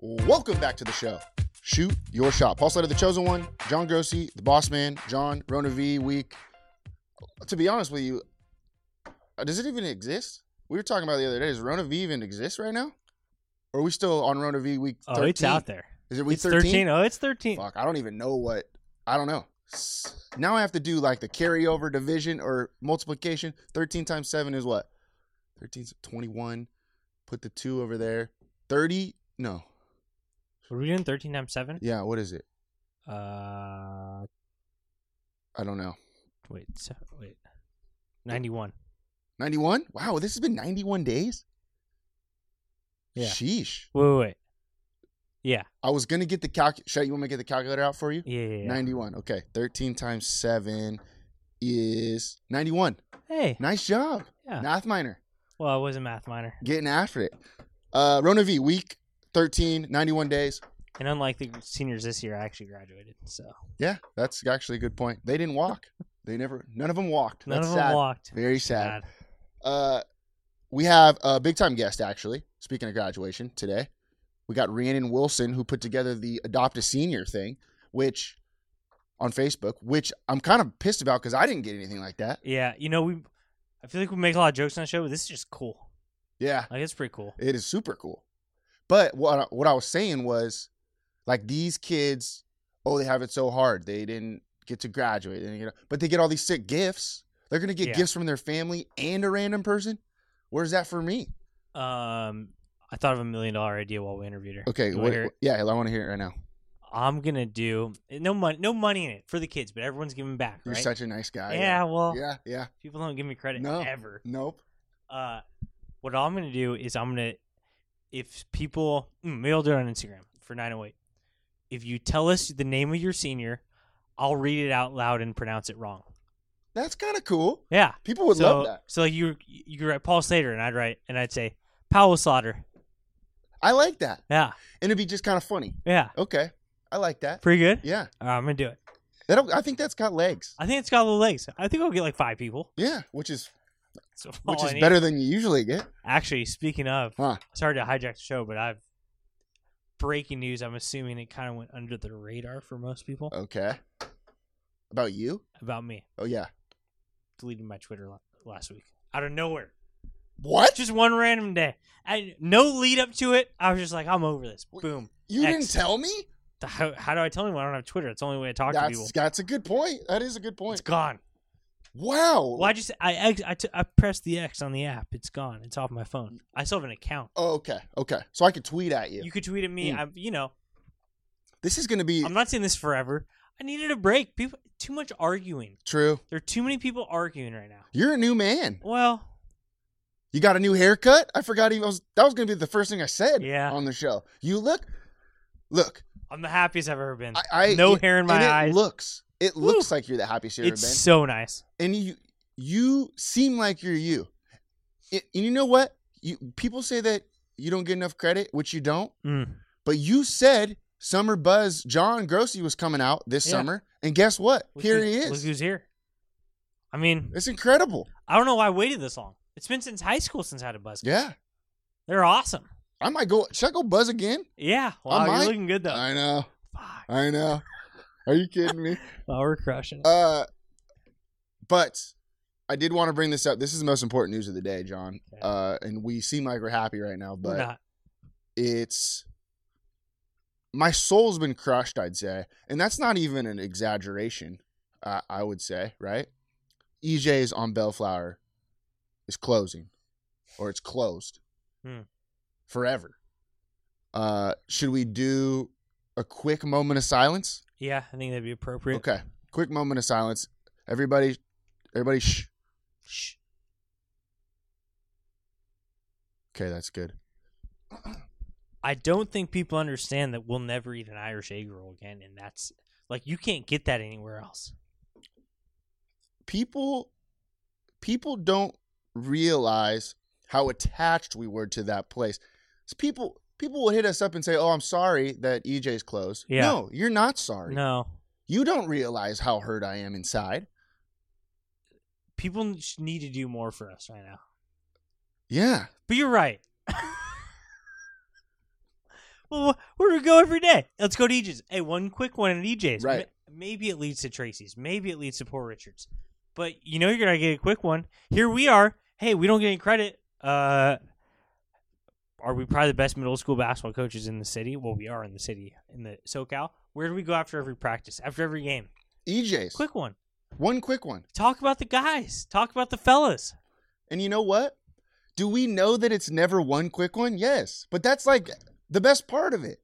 Welcome back to the show. Shoot Your Shot. Paul Slater, the chosen one, John Grossi, the boss man, John, Rona V, Week. To be honest with you, uh, does it even exist? We were talking about it the other day. Does Rona V even exist right now? Or are we still on Rona V week 13? Oh, it's out there. Is it week it's 13? Oh, it's 13. Fuck, I don't even know what. I don't know. S- Now I have to do like the carryover division or multiplication. 13 times 7 is what? 13 's 21. Put the 2 over there. 30? No. Were we doing 13 times 7? Yeah, what is it? Uh, I don't know. wait, se- wait. 91. 91? Wow, this has been 91 days? Yeah. Sheesh. Wait, wait, wait. Yeah, I was going to get the calc. Shut you want me to get the calculator out for you? yeah, yeah. yeah. 91. Okay. 13 times 7 is 91. Hey. Nice job. Yeah. Math minor. Well, I was a math minor. getting after it. Uh, Rona V, week 13, 91 days. And unlike the seniors this year, I actually graduated. So Yeah, that's actually a good point. They didn't walk. They never, none of them walked. none that's of them sad. walked. Very sad. God. Uh, we have a big time guest, actually. Speaking of graduation today, we got Rhiannon Wilson, who put together the Adopt a Senior thing, which on Facebook, which I'm kind of pissed about because I didn't get anything like that. Yeah, you know, we. I feel like we make a lot of jokes on the show, but this is just cool. Yeah. Like, it's pretty cool. It is super cool. But what I, what I was saying was, like these kids, oh, they have it so hard. They didn't get to graduate, they didn't get, but they get all these sick gifts. They're gonna get Yeah. gifts from their family and a random person. Where's that for me? Um, I thought of a million dollar idea while we interviewed her. Okay, You wanna what, hear it? yeah, I want to hear it right now. I'm gonna do no money, no money in it for the kids, but everyone's giving back, You're right? such a nice guy. yeah, well, yeah, yeah. people don't give me credit No. ever. Nope. uh, what I'm gonna do is I'm gonna if people mm, maybe I'll do it on Instagram for 908. If you tell us the name of your senior, I'll read it out loud and pronounce it wrong. That's kind of cool. Yeah, People would so love that. so you you write Paul Slater and I'd write and I'd say Powell Slaughter. I like that, Yeah, and it'd be just kind of funny. yeah, Okay, I like that. pretty good. Yeah, All right, I'm gonna do it. that I think that's got legs. I think it's got little legs. I think I'll get like five people, Yeah, which is so which all I is need- better than you usually get. Actually, speaking of, Huh. sorry to hijack the show, but I've breaking news. I'm assuming it kind of went under the radar for most people Okay. About you? about me. Oh yeah. deleted my Twitter la- last week out of nowhere. What? Just one random day. I no lead up to it. I was just like, I'm over this. Wait, Boom. You X. didn't tell me? The- How, how do I tell anyone I don't have Twitter? It's the only way to talk to people. That's that's a good point. That is a good It's point. gone. Wow. Well, I just I ex- I, t- I pressed the X on the app. It's gone. It's off my phone. I still have an account. Oh, okay. Okay. So I could tweet at you. You could tweet at me. Mm. I, you know, This is going to be I'm not saying this forever. I needed a break. People, too much arguing. true. There are too many people arguing right now. You're a new man. Well, You got a new haircut? I forgot even was, that was going to be the first thing I said Yeah. on the show. You look Look. I'm the happiest I've ever been. I, I no it- hair in my and it eyes. looks. It looks like you're the happiest you've ever it's been. so nice. and you you seem like you're you. I- And you know what? You people say that you don't get enough credit, which you don't. Mm. But you said Summer Buzz John Grossi was coming out this Yeah. summer, and guess what? Look Here who- he Look is. who's here. I mean, It's incredible. I don't know why I waited this long. It's been since high school since I had a buzz. Yeah, They're awesome. I might go. Should I go buzz again? Yeah. Wow, might- you're looking good though. I know. Fuck. I know. Are you kidding me? Wow, we're crushing. it. Uh, but I did want to bring this up. This is the most important news of the day, John. Okay. Uh, and we seem like we're happy right now, but we're not. it's my soul's been crushed i'd say and that's not even an exaggeration uh, i would say right ej's on bellflower is closing or it's closed Hmm. forever uh should we do a quick moment of silence Yeah, I think that'd be appropriate. okay quick moment of silence everybody everybody shh Shh. okay that's good I don't think people understand that we'll never eat an Irish egg roll again, and that's like you can't get that anywhere else. people people don't realize how attached we were to that place. So people people will hit us up and say, "Oh, I'm sorry that EJ's closed." Yeah. No, you're not sorry. No, You don't realize how hurt I am inside. people sh- need to do more for us right now. Yeah. But you're right. well, wh- where do we go every day? Let's go to EJ's. Hey, one quick one at EJ's. Right. Ma- Maybe it leads to Tracy's. Maybe it leads to Poor Richards. But you know you're gonna get a quick one. Here we are. Hey, we don't get any credit. Uh, are we probably the best middle school basketball coaches in the city? Well, we are in the city in the SoCal. Where do we go after every practice? After every game? EJ's. Quick one. E One quick one. Talk about the guys. Talk about the fellas. And you know what? Do we know that it's never one quick one? Yes. But that's like the best part of it.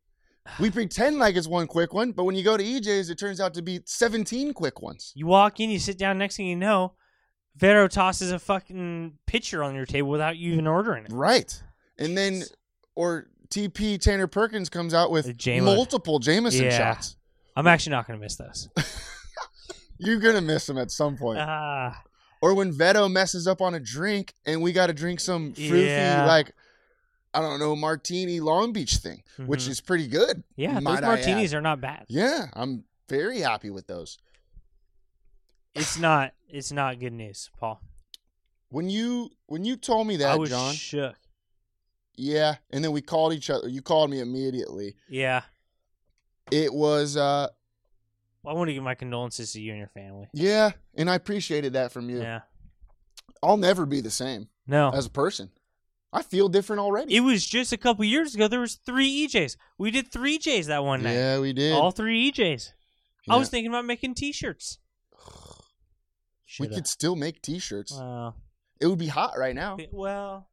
We pretend like it's one quick one, but when you go to EJ's, it turns out to be 17 quick ones. You walk in, you sit down. Next thing you know, Vero tosses a fucking pitcher on your table without you even ordering it. Right. And then, or TP Tanner Perkins comes out with Uh, Jamo- multiple Jameson Yeah. shots. I'm actually not gonna miss those. You're going to miss him at some point. Ah, or when Veto messes up on a drink and we got to drink some fruity, Yeah. like, I don't know, martini Long Beach thing, which Mhm. is pretty good. yeah, might those I martinis add. are not bad. Yeah, I'm very happy with those. It's not. It's not good news, Paul. When you when you told me I that, was John, shook. yeah, and then we called each other. You called me immediately. Yeah, It was uh well, I want to give my condolences to you and your family. yeah, and I appreciated that from you. Yeah. I'll never be the same. No. as a person. I feel different already. it was just a couple years ago. There was three EJs. We did three EJs that one night. yeah, we did. All three EJs. Yeah. I was thinking about making T-shirts. we Shoulda. could still make T-shirts. Well, it would be hot right now. it- well,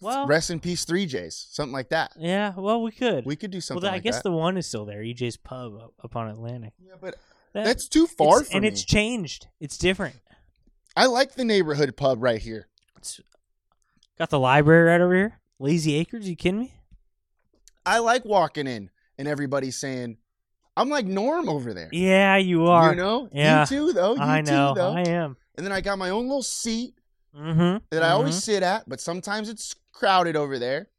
well, Rest in peace, three J's, something like that. yeah. Well, we could. We could do well, something. I like guess that. the one is still there. EJ's Pub up, up on Atlantic. yeah, but That- that's too far it's- for and me. it's changed. It's different. I like the neighborhood pub right here. It's got the library right over here. Lazy Acres. You kidding me? I like walking in and everybody saying, "I'm like Norm over there." Yeah, you are. You know, Yeah. you too though. You I know. too though. I am. And then I got my own little seat Mm-hmm. that I always sit at, but sometimes it's crowded over there.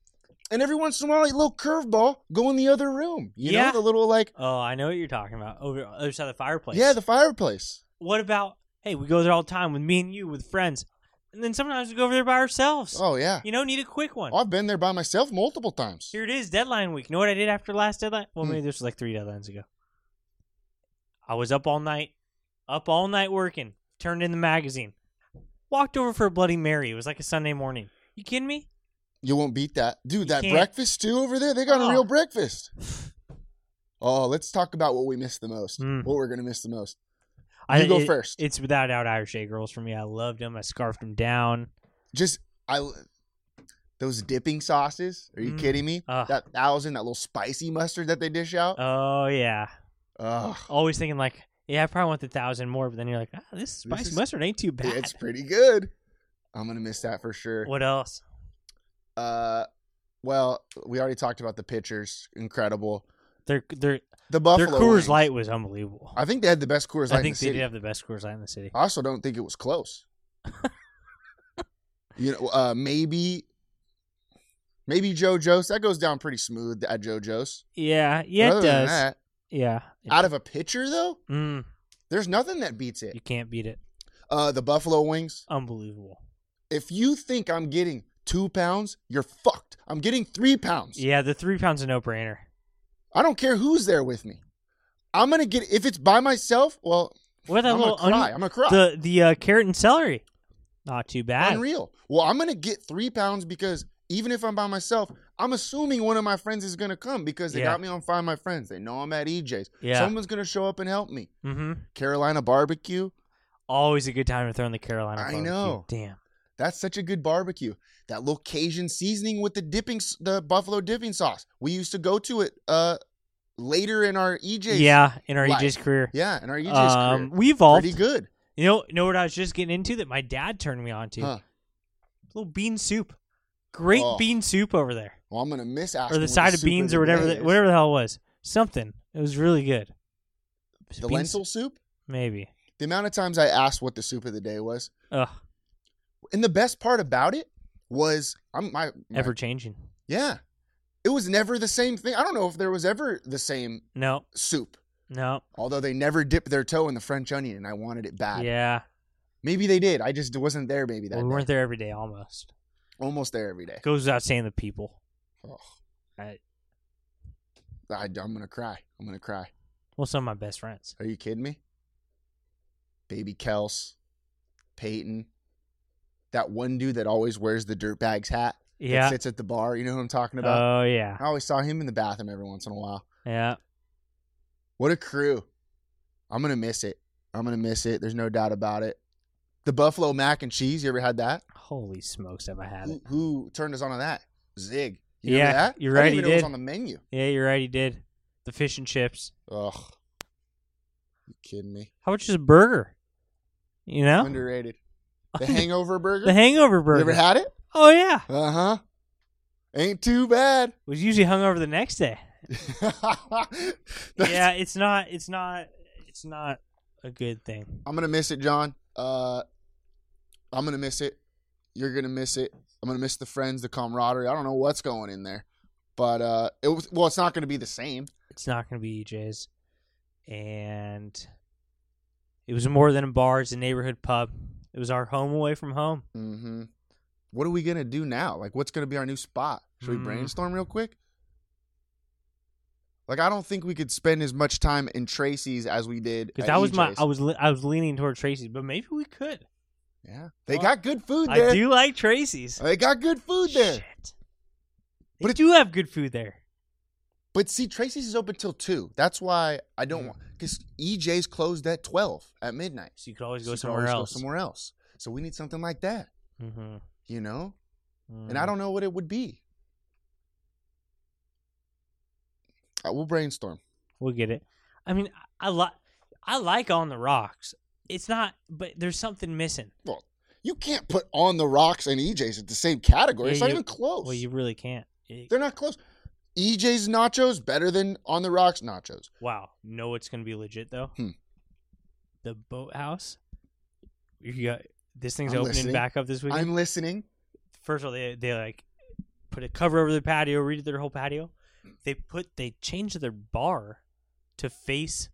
And every once in a while, a little curveball, go in the other room. You Yeah. know, the little like, Oh, I know what you're talking about. Over other side of the fireplace. yeah, the fireplace. what about? Hey, we go there all the time with me and you, with friends, and then sometimes we go over there by ourselves. Oh yeah, Oh, You know, need a quick one. I've been there by myself multiple times. Here it is, deadline week. You know what I did after last deadline? Well, Hmm. maybe this was like three deadlines ago. I was up all night, up all night working, turned in the magazine, walked over for a Bloody Mary. It was like a Sunday morning. You kidding me? You won't beat that, dude. That can't. breakfast stew over there—they got Oh. a real breakfast. Oh, let's talk about what we missed the most. Mm. What we're gonna miss the most. I, You go it- first. It's without doubt Irish egg rolls for me. I loved them. I scarfed them down. Just I, those dipping sauces. Are you Mm. kidding me? Ugh. that thousand, that little spicy mustard that they dish out. Oh yeah. Ugh. Always thinking like, yeah, I probably want the thousand more, but then you're like, ah, this spicy is- mustard ain't too bad. it's pretty good. I'm gonna miss that for sure. What else? Uh, well, we already talked about the pitchers. Incredible. Their their The Buffalo. their Coors wings. Light was unbelievable. I think they had the best Coors Light. I in think the they city. did have the best Coors Light in the city. I also don't think it was close. you know, uh, maybe, maybe Joe Jose. That goes down pretty smooth at Joe Jose. Yeah, yeah, it Other than does. that, yeah, out of a pitcher though, mm, there's nothing that beats you it. can't beat it. Uh, the Buffalo Wings. Unbelievable. If you think I'm getting two pounds, you're fucked. I'm getting three pounds. Yeah, the three pounds a no brainer. I don't care who's there with me. I'm gonna get if it's by myself. Well, What that I'm gonna little cry. I'm onion- gonna cry. the the uh, carrot and celery, not too bad. Unreal. Well, I'm gonna get three pounds because even if I'm by myself, I'm assuming one of my friends is gonna come because they Yeah. got me on Find My Friends. They know I'm at EJ's. Yeah. Someone's gonna show up and help me. Mm-hmm. Carolina barbecue. Always a good time to throw in the Carolina. I barbecue. know. Damn. That's such a good barbecue. That little Cajun seasoning with the dipping, s- the buffalo dipping sauce. We used to go to it uh later in our EJ's. yeah, in our life. EJ's career. yeah, in our EJ's Um, career. we evolved. Pretty good. You know, know what I was just getting into that my dad turned me on to? Huh. Little bean soup. Great Oh. bean soup over there. Well, I'm gonna miss or asking the what side of soup beans the or whatever day the, is. whatever the hell it was. Something. It was really good. The Bean lentil soup? soup. Maybe. The amount of times I asked what the soup of the day was, Ugh. and the best part about it was, I'm my, my Ever changing. yeah, it was never the same thing. I don't know if there was ever the same No. soup. No. Although they never dipped their toe in the French onion, and I wanted it bad. Yeah. Maybe they did. I just wasn't there. Maybe that Well, we day. weren't there every day almost. almost there every day. Goes without saying the people. Oh. I, I, am gonna cry. I'm gonna cry. well, some of my best friends. Are you kidding me? Baby Kels, Peyton, that one dude that always wears the dirtbags hat. that Yeah. sits at the bar. You know who I'm talking about? Oh yeah. I always saw him in the bathroom every once in a while. Yeah. What a crew! I'm gonna miss it. I'm gonna miss it. There's no doubt about it. The buffalo mac and cheese. You ever had that? Holy smokes, have I had Who, it? who turned us on to that? Zig. You remember Yeah, that? you're I right, didn't he even know it was did. on the menu. Yeah, you're right. He did the fish and chips. Ugh. You kidding me? How much is a burger? You know, Underrated. The Hangover Burger. the Hangover burger. You ever had it? oh yeah, Uh huh. Ain't too bad. was usually hung over the next day. That's- yeah, it's not. It's not. It's not a good thing. I'm gonna miss it, John. Uh, I'm gonna miss it. You're gonna miss it. I'm gonna miss the friends, the camaraderie. I don't know what's going in there, but uh, it was well. It's not gonna be the same. It's not going to be EJ's, and it was more than a bar. It's a neighborhood pub. It was our home away from home. Mm-hmm. What are we gonna do now? Like, what's gonna be our new spot? Should we Mm. brainstorm real quick? Like, I don't think we could spend as much time in Tracy's as we did. Because at E that was my. EJ's. I was. le- I was leaning toward Tracy's, but maybe we could. yeah, they Well, got good food there. I do like Tracy's. They got good food there. Shit. They But it- do have good food there. But see, Tracy's is open till two. That's why I don't Mm-hmm. want because EJ's closed at twelve at midnight. So you could always So go you can somewhere always else. somewhere else. So we need something like that, Mm-hmm. you know. And I don't know what it would be. Uh, we'll brainstorm. Mm-hmm. We'll get it. I mean, I, I like I like on the rocks. It's not, but there's something missing. Well, you can't put on the rocks and EJ's at the same category. Yeah, it's not you- even close. Well, you really can't. It- They're not close. EJ's nachos better than on the rocks nachos. wow. No, it's gonna be legit though. Hmm. The boathouse. You got this thing's I'm opening listening. back up this weekend. I'm listening. First of all, they they like put a cover over the patio, redid their whole patio. They put they changed their bar to face.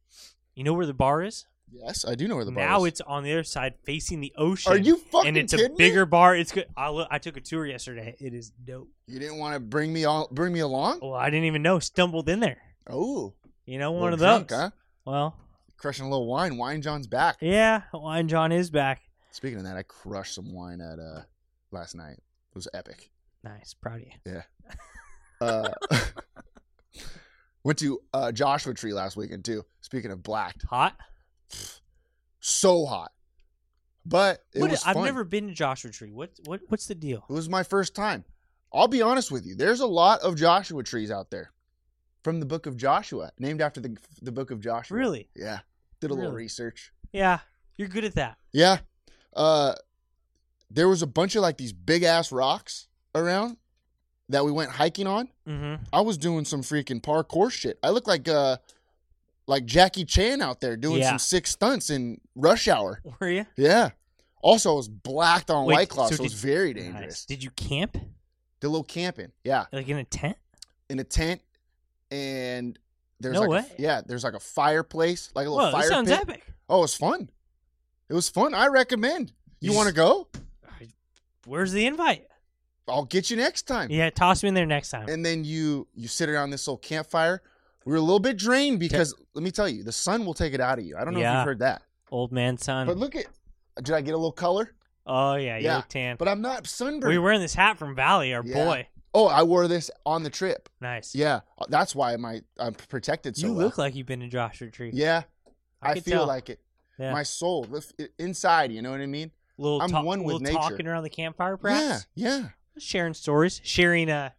You know where the bar is? Yes, I do know where the bar now is. it's on the other side facing the ocean. Are you fucking And it's a kidding me? bigger bar. It's good. I, lo- I took a tour yesterday. It is dope. You didn't want to bring me all bring me along. Well, I didn't even know. Stumbled in there. Oh, You know, a one little of drunk, those. huh? Well, Crushing a little wine. Wine John's back. yeah. Wine John is back. Speaking of that, I crushed some wine at uh last night. It was epic. Nice. Proud of you. Uh, went to uh, Joshua Tree last weekend too. Speaking of blacked, Hot. so hot, but it What- was I've fun. never been to Joshua Tree. What? What? What's the deal? It was my first time. I'll be honest with you. There's a lot of Joshua trees out there, from the Book of Joshua, named after the the Book of Joshua. Really? Yeah. Did a little Really? research. Yeah. You're good at that. Yeah. Uh there was a bunch of like these big ass rocks around that we went hiking on. Mm-hmm. I was doing some freaking parkour shit. I looked like uh like Jackie Chan out there doing Yeah. some sick stunts in rush hour. Were you? Yeah. Also, I was blacked on Wait, white claw, so, so it was did- very Nice. dangerous. Did you camp? Did a little camping, yeah, Like in a tent? in a tent, and there's No like a- way. yeah, there's like a fireplace, like a little Whoa, fire that sounds pit. epic. Oh, it was fun. It was fun. I recommend. You, You want to just- go? Where's the invite? I'll get you next time. Yeah, toss me in there next time. and then you you sit around this little campfire. We were a little bit drained because let me tell you, the sun will take it out of you. I don't know if Yeah. you've heard that, Old man son. but look at. Did I get a little color? Oh yeah, you Yeah, look tan. But I'm not sunburned. we were wearing this hat from Valley, our Yeah. boy. oh, I wore this on the trip. Nice. Yeah, that's why my I'm protected so you well. look like you've been in Joshua Tree. yeah, I, could feel tell. like it. Yeah. My soul if- inside. You know what I mean? little I'm talk, one with little nature. talking around the campfire, perhaps. Yeah, yeah, Sharing stories, sharing uh,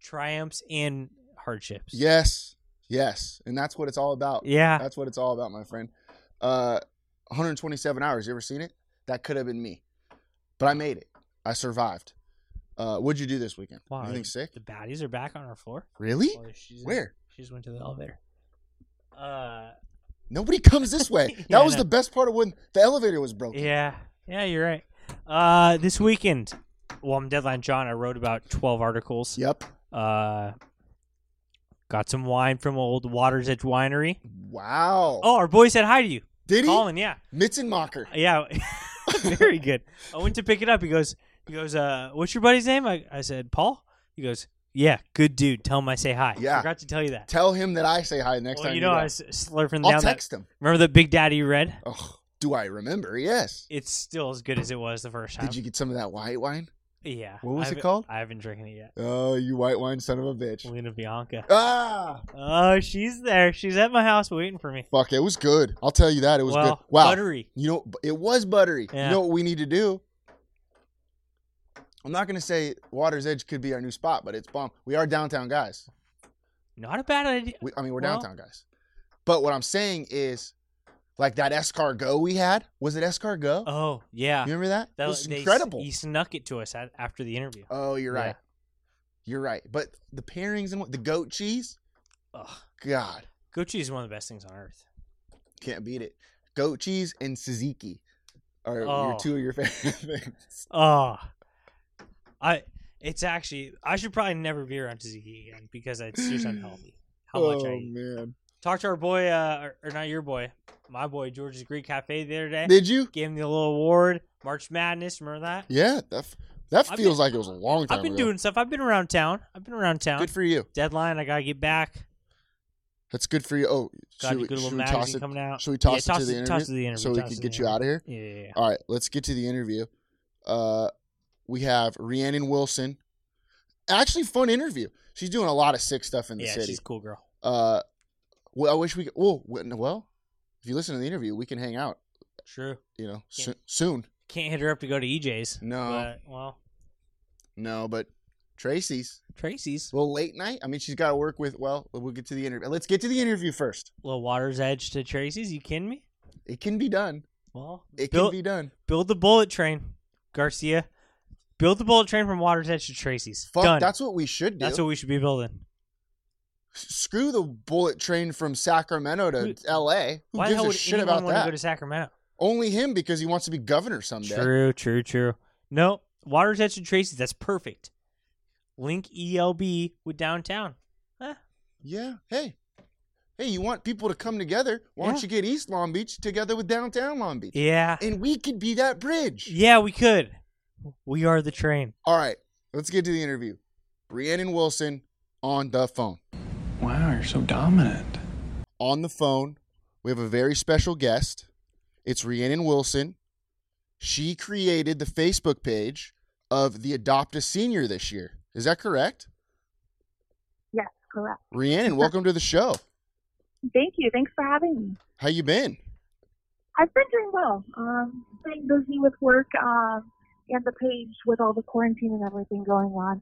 triumphs and hardships. yes, yes, and that's what it's all about. Yeah. That's what it's all about, my friend. Uh, 127 hours. You ever seen it? That could have been me, but I made it. I survived. Uh, what'd you do this weekend? Wow. Anything sick? The baddies are back on our floor. Really? Well, she's in- Where? she just went to the elevator. Uh, Nobody comes this way. That Yeah, I was know. the best part of when the elevator was broken. yeah, yeah, you're right. Uh, this weekend, well, I'm deadline John. I wrote about 12 articles. Yep. Uh, got some wine from old Water's Edge Winery. Wow. Oh, our boy said hi to you, Did he? Colin. Yeah, Mitzenmacher. yeah, very good. I went to pick it up. He goes, he goes, uh, what's your buddy's name? I, I said Paul. He goes, yeah, good dude. Tell him I say hi. Yeah. forgot to tell you that. Tell him that I say hi next well, time. you know, go. I was slurping I'll down that text him. Remember the Big Daddy Red? Oh, do I remember? Yes. It's still as good as it was the first time. Did you get some of that white wine? Yeah. What was I it haven't- called? I haven't drinking it yet. Oh, you white wine son of a bitch. Lena Bianca. Ah, Oh, she's there. She's at my house waiting for me. fuck! It was good. I'll tell you that it was well, good. Wow, buttery. You know, it was buttery. Yeah. You know what we need to do? I'm not gonna say Water's Edge could be our new spot, but it's bomb. We are downtown guys. Not a bad idea. We, I mean, we're Well- downtown guys. But what I'm saying is, like that escargot we had. Was it escargot? Oh, yeah. You remember that? That it was they- incredible. He snuck it to us at, after the interview. Oh, you're Yeah. right. You're right. But the pairings and what the goat cheese, Ugh. God, Goat cheese is one of the best things on earth. can't beat it. Goat cheese and tzatziki are Oh. your two of your favorite things. Oh. I it's actually I should probably never be around tzatziki again because it's just unhealthy. How much I oh eat. man, Talked to our boy uh or, or not your boy, my boy George's Greek Cafe the other day. did you? Gave him the little award. March Madness. Remember that? Yeah, that f- that I've feels been- like it was a long time. I've been ago. doing stuff. I've been around town. I've been around town. good for you. Deadline. I gotta get back. That's good for you. Oh, Got a should we, good little should we toss magazine it? coming out. Should we toss, Yeah, it, to the interview Toss it to the interview. so we toss it could to get the you out of here? interview. Yeah, yeah, yeah. All right, let's get to the interview. Uh, we have Rhiannon Wilson. Actually, fun interview. She's doing a lot of sick stuff in the Yeah, city. she's a cool girl. Uh, well, I wish we could. Well, w- well, if you listen to the interview, we can hang out. True. You know, Yeah. so- soon. Can't hit her up to go to EJ's. No. But, well, No, but Tracy's. Tracy's Well, late night. I mean, she's got to work with. Well, we'll get to the interview. Let's get to the interview first. little water's edge to Tracy's. You kidding me? It can be done. Well, It build, can be done. build the bullet train, Garcia. Build the bullet train from water's edge to Tracy's. Fuck, Done. that's what we should do. That's what we should be building. Screw the bullet train from Sacramento to Who- L.A. Who Why the gives hell a would shit anyone about want that? to go to Sacramento? Only him because he wants to be governor someday. True, true, true. No, Waters Edge and Tracy's, that's perfect. Link ELB with downtown. Huh? Yeah. Hey. Hey, you want people to come together? Why Yeah. don't you get East Long Beach together with downtown Long Beach? Yeah. And we could be that bridge. Yeah, we could. We are the train. All right, let's get to the interview. Rhiannon Wilson on the phone. Wow, you're so dominant. On the phone, we have a very special guest. It's Rhiannon Wilson. She created the Facebook page of the Adopt a Senior this year. Is that correct? Yes, correct. Rhiannon, welcome to the show. Thank you. Thanks for having me. How you been? I've been doing well. Um, staying busy with work um, and the page with all the quarantine and everything going on.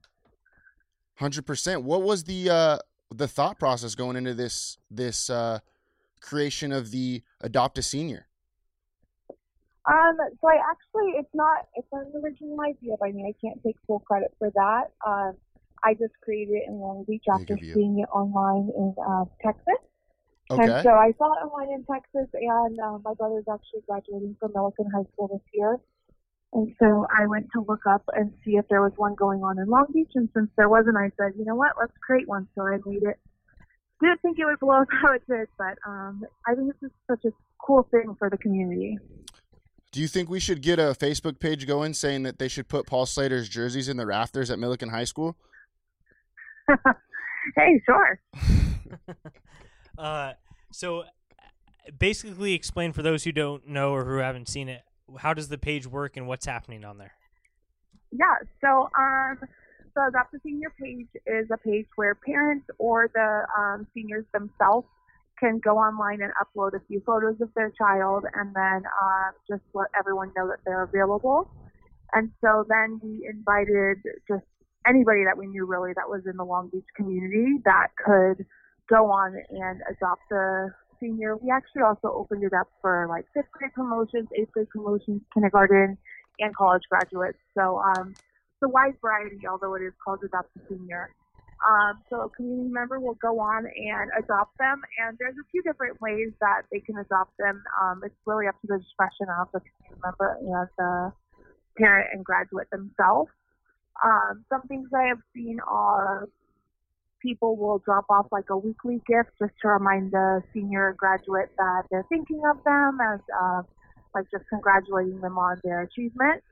Hundred percent. What was the uh, the thought process going into this this uh, creation of the adopt a senior? Um, so I actually, it's not, it's not an original idea by me. I can't take full credit for that. Um, I just created it in Long Beach after Big of you. seeing it online in uh, Texas. And Okay. so I saw it online in Texas, and uh, my brother's actually graduating from Millikan High School this year. And so I went to look up and see if there was one going on in Long Beach. And since there wasn't, I said, you know what, let's create one. So I made it. Didn't think it would blow up how it did, but um, I think this is such a cool thing for the community. Do you think we should get a Facebook page going saying that they should put Paul Slater's jerseys in the rafters at Millikan High School? Hey, sure. Uh, so, basically, explain for those who don't know or who haven't seen it how does the page work and what's happening on there? Yeah. So, um, so Adopt a Senior page is a page where parents or the um, seniors themselves can go online and upload a few photos of their child, and then um, just let everyone know that they're available. And so then we invited just anybody that we knew really that was in the Long Beach community that could go on and adopt a senior. We actually also opened it up for like fifth grade promotions, eighth grade promotions, kindergarten, and college graduates. So um, it's a wide variety, although it is called Adopt a Senior. Um, so a community member will go on and adopt them, and there's a few different ways that they can adopt them. Um, it's really up to the discretion of the community member and the parent and graduate themselves. Um, some things I have seen are people will drop off like a weekly gift just to remind the senior graduate that they're thinking of them as uh, like just congratulating them on their achievement.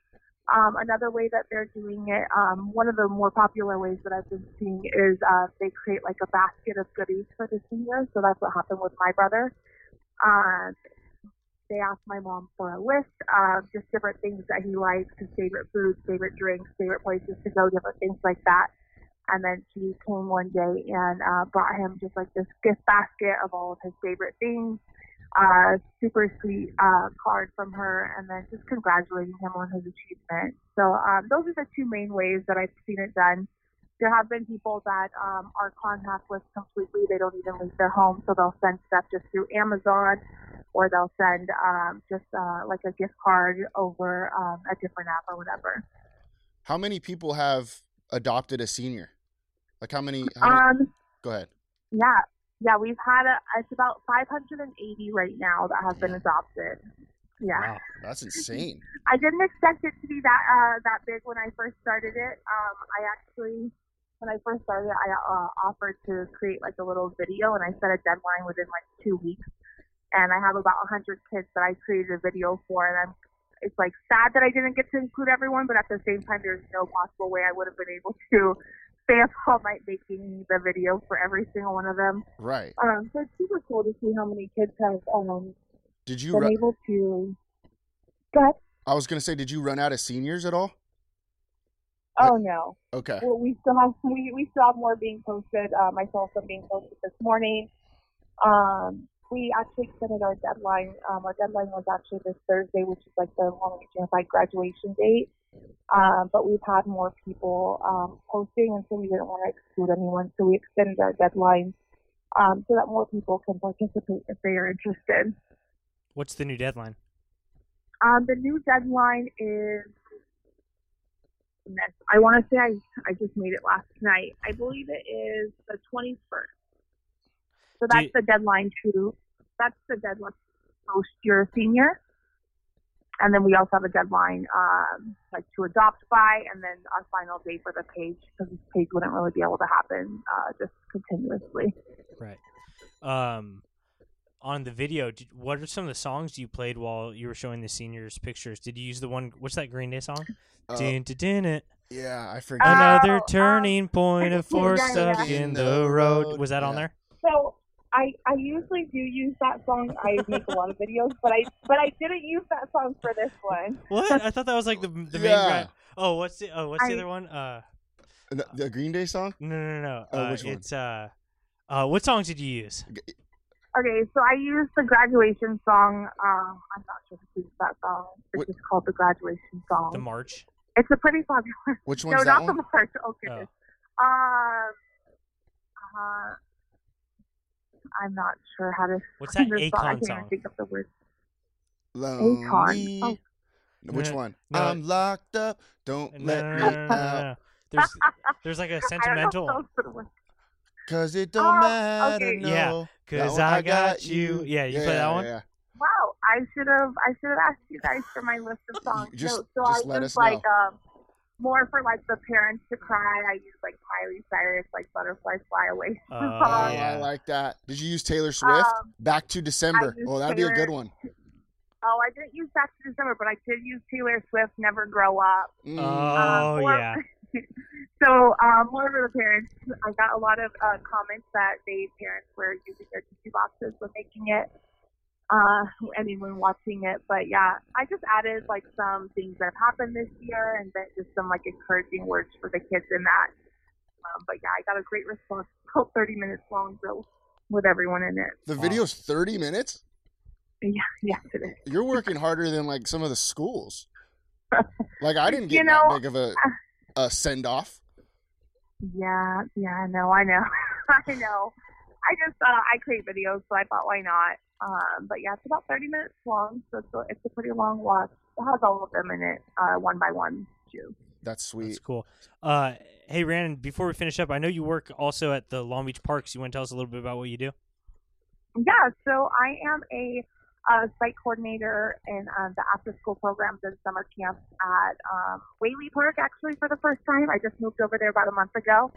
Um, another way that they're doing it, um, one of the more popular ways that I've been seeing is uh, they create like a basket of goodies for the seniors. So that's what happened with my brother. Um, they asked my mom for a list of just different things that he likes, his favorite foods, favorite drinks, favorite places to go, different things like that. And then she came one day and uh, brought him just like this gift basket of all of his favorite things, uh, super sweet uh, card from her, and then just congratulating him on his achievement. So um, those are the two main ways that I've seen it done. There have been people that um, are contactless completely; they don't even leave their home, so they'll send stuff just through Amazon, or they'll send um, just uh, like a gift card over um, a different app or whatever. How many people have adopted a senior? Like how many? How many Um, go ahead. yeah, yeah, we've had a, it's about 580 right now that have been adopted. Yeah. Wow. That's insane. I didn't expect it to be that uh, that big when I first started it. Um, I actually, when I first started, it, I uh, offered to create like a little video, and I set a deadline within like two weeks. And I have about 100 kids that I created a video for, and I'm it's like sad that I didn't get to include everyone, but at the same time, there's no possible way I would have been able to stay up all night making the video for every single one of them. Right. Um, so it's super cool to see how many kids have um, Did you? been Ru- able to. Go ahead. I was gonna say, did you run out of seniors at all? Oh no. Okay. Well, we still have we, we still have more being posted. Um, I saw some being posted this morning. Um, we actually extended our deadline. Um, our deadline was actually this Thursday, which is like the Long Beach Unified graduation date. Um, but we've had more people um, posting, and so we didn't want to exclude anyone, so we extended our deadline um, so that more people can participate if they are interested. What's the new deadline? Um, the new deadline is. goodness, I want to say I, I just made it last night. I believe it is the 21st. So that's you- the deadline to. That's the deadline to post your senior. And then we also have a deadline um, like to adopt by, and then our final day for the page because this page wouldn't really be able to happen uh, just continuously. Right. Um, on the video, did, what are some of the songs you played while you were showing the seniors pictures? Did you use the one? What's that Green Day song? Uh, Oh, Dun, dun, dun, dun. yeah, I forget. Another um, turning point of force yeah, yeah. stuck in the road. Was that on Yeah. there? So I I usually do use that song. I make a lot of videos, but I but I didn't use that song for this one. What? I thought that was like the the main Yeah. guy. Oh, what's the oh what's the I- other one? Uh, The, the Green Day song. no no no. no. Oh, uh, which one? It's uh, uh, what songs did you use? Okay, so I used the graduation song. Um, I'm not sure if it's that song. It's What- just called the graduation song. The March. it's a pretty popular. Which no, one's that not one? the march. Oh goodness. Um, uh, I'm not sure how to. What's that explain this song. Akon I can't song? even think of the words. Lonely. Oh. Which No, one? no. I'm locked up. Don't No, let no, me no, no, no, no, out. no. There's there's like a I don't sentimental know if those are the words. Cause it don't Oh, matter. okay. No. Yeah, That because one, I got you. Yeah, you play that one. yeah. Wow, I should have I should have asked you guys for my list of songs. just- so so just I let was us know. like um more for like the parents to cry. I used like Miley Cyrus, like Butterfly Fly Away. Oh, Oh, song. I yeah. like that. Did you use Taylor Swift? Um, Back to December. I used Oh, that'd be a Taylor- good one. Oh, I didn't use Back to December, but I did use Taylor Swift, Never Grow Up. Mm, Oh Um, or- yeah. So um, more for the parents. I got a lot of uh, comments that they parents were using their tissue boxes when making it. uh, anyone watching it. But yeah, I just added like some things that have happened this year and then just some like encouraging words for the kids in that. Um, but yeah, I got a great response. About 30 minutes long, so with everyone in it. The video's 30 minutes? Yeah, yes, it is. You're working harder than like some of the schools. Like I didn't get You know- that big of a a send off. Yeah, yeah, no, I know. I know. I just uh, I create videos, so I thought why not. Um, but yeah, it's about 30 minutes long, so it's a, it's a pretty long watch. It has all of them in it, uh, one by one too. That's sweet. That's cool. Uh, hey, Rand, before we finish up, I know you work also at the Long Beach Parks. You want to tell us a little bit about what you do? Yeah, so I am a uh, site coordinator in uh, the after school programs and summer camps at um, Whaley Park, actually, for the first time. I just moved over there about a month ago.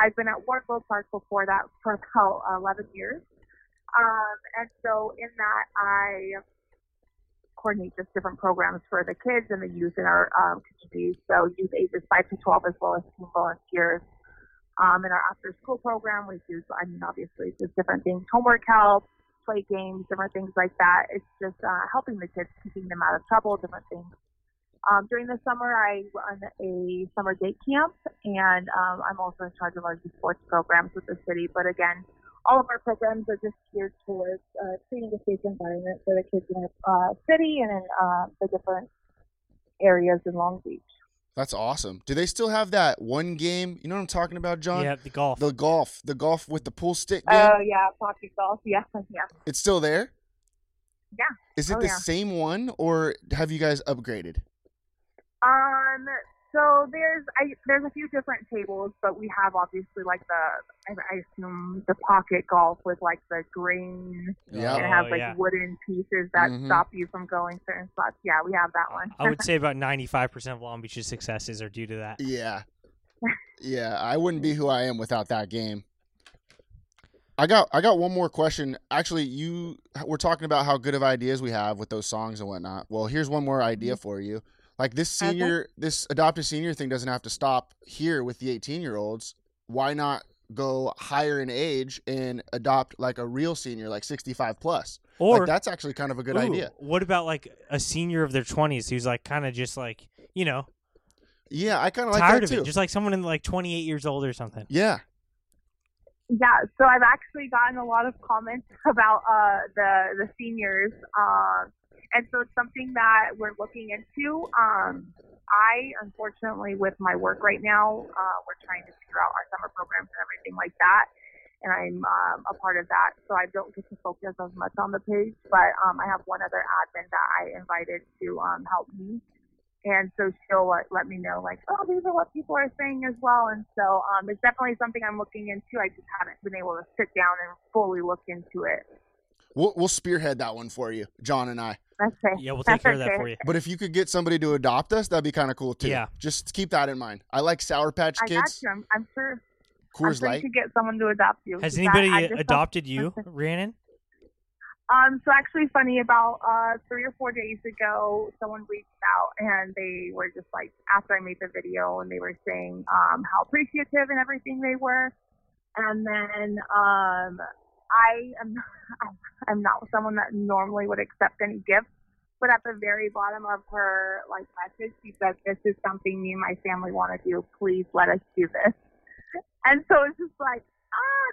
I've been at Wardlow Park before that for about 11 years. Um, and so in that, I coordinate just different programs for the kids and the youth in our um, community. So youth ages 5 to 12 as well as teen volunteers. Um, in our after school program, we do, I mean, obviously just different things, homework help, play games, different things like that. It's just uh, helping the kids, keeping them out of trouble, different things. Um, during the summer, I run a summer day camp, and um, I'm also in charge of our youth sports programs with the city. But again, all of our programs are just geared towards uh, creating a safe environment for the kids in our uh, city and in uh, the different areas in Long Beach. That's awesome. Do they still have that one game? You know what I'm talking about, John? yeah, the golf. The golf, the golf with the pool stick Oh, game. yeah, pocket golf. Yeah, yeah. it's still there? Yeah. Is it Oh, the yeah. same one or have you guys upgraded? Um, so there's I, there's a few different tables, but we have obviously like the I, I assume the pocket golf with like the green Yeah. and it has Oh, like yeah. Mm-hmm. wooden pieces that Mhm. stop you from going certain spots. Yeah, we have that one. I would say about 95% of Long Beach's successes are due to that. Yeah. Yeah, I wouldn't be who I am without that game. I got I got one more question. Actually, you we're talking about how good of ideas we have with those songs and whatnot. Well, here's one Mm-hmm. more idea for you. Like this Okay. senior this adopted senior thing doesn't have to stop here with the 18-year-olds. Why not go higher in age and adopt like a real senior like 65 plus? Or like that's actually kind of a good Ooh, idea. What about like a senior of their 20s who's like kind of just like, you know, Yeah, I kind of like tired that of too. it, just like someone in like 28 years old or something. yeah. Yeah, so I've actually gotten a lot of comments about uh, the the seniors, um, and so it's something that we're looking into. Um, I unfortunately, with my work right now, uh, we're trying to figure out our summer programs and everything like that, and I'm um, a part of that, so I don't get to focus as much on the page. But um, I have one other admin that I invited to um, help me and so she'll let, let me know like oh these are what people are saying as well and so um it's definitely something i'm looking into i just haven't been able to sit down and fully look into it We'll we'll spearhead that one for you, John and I. okay Yeah, we'll take care of that for you. But if you could get somebody to adopt us, that'd be kind of cool too. Yeah. Just keep that in mind. I like Sour Patch i got Kids, you i'm, I'm sure i'm Coors sure you Light. could get someone to adopt you Has Is that- anybody I just- adopted you, Rhiannon? um so actually funny about uh three or four days ago someone reached out and they were just like after i made the video and they were saying um how appreciative and everything they were and then um I am I'm not someone that normally would accept any gifts, but at the very bottom of her like message, she said, "This is something me and my family want to do. Please let us do this." And so it's just like, ah,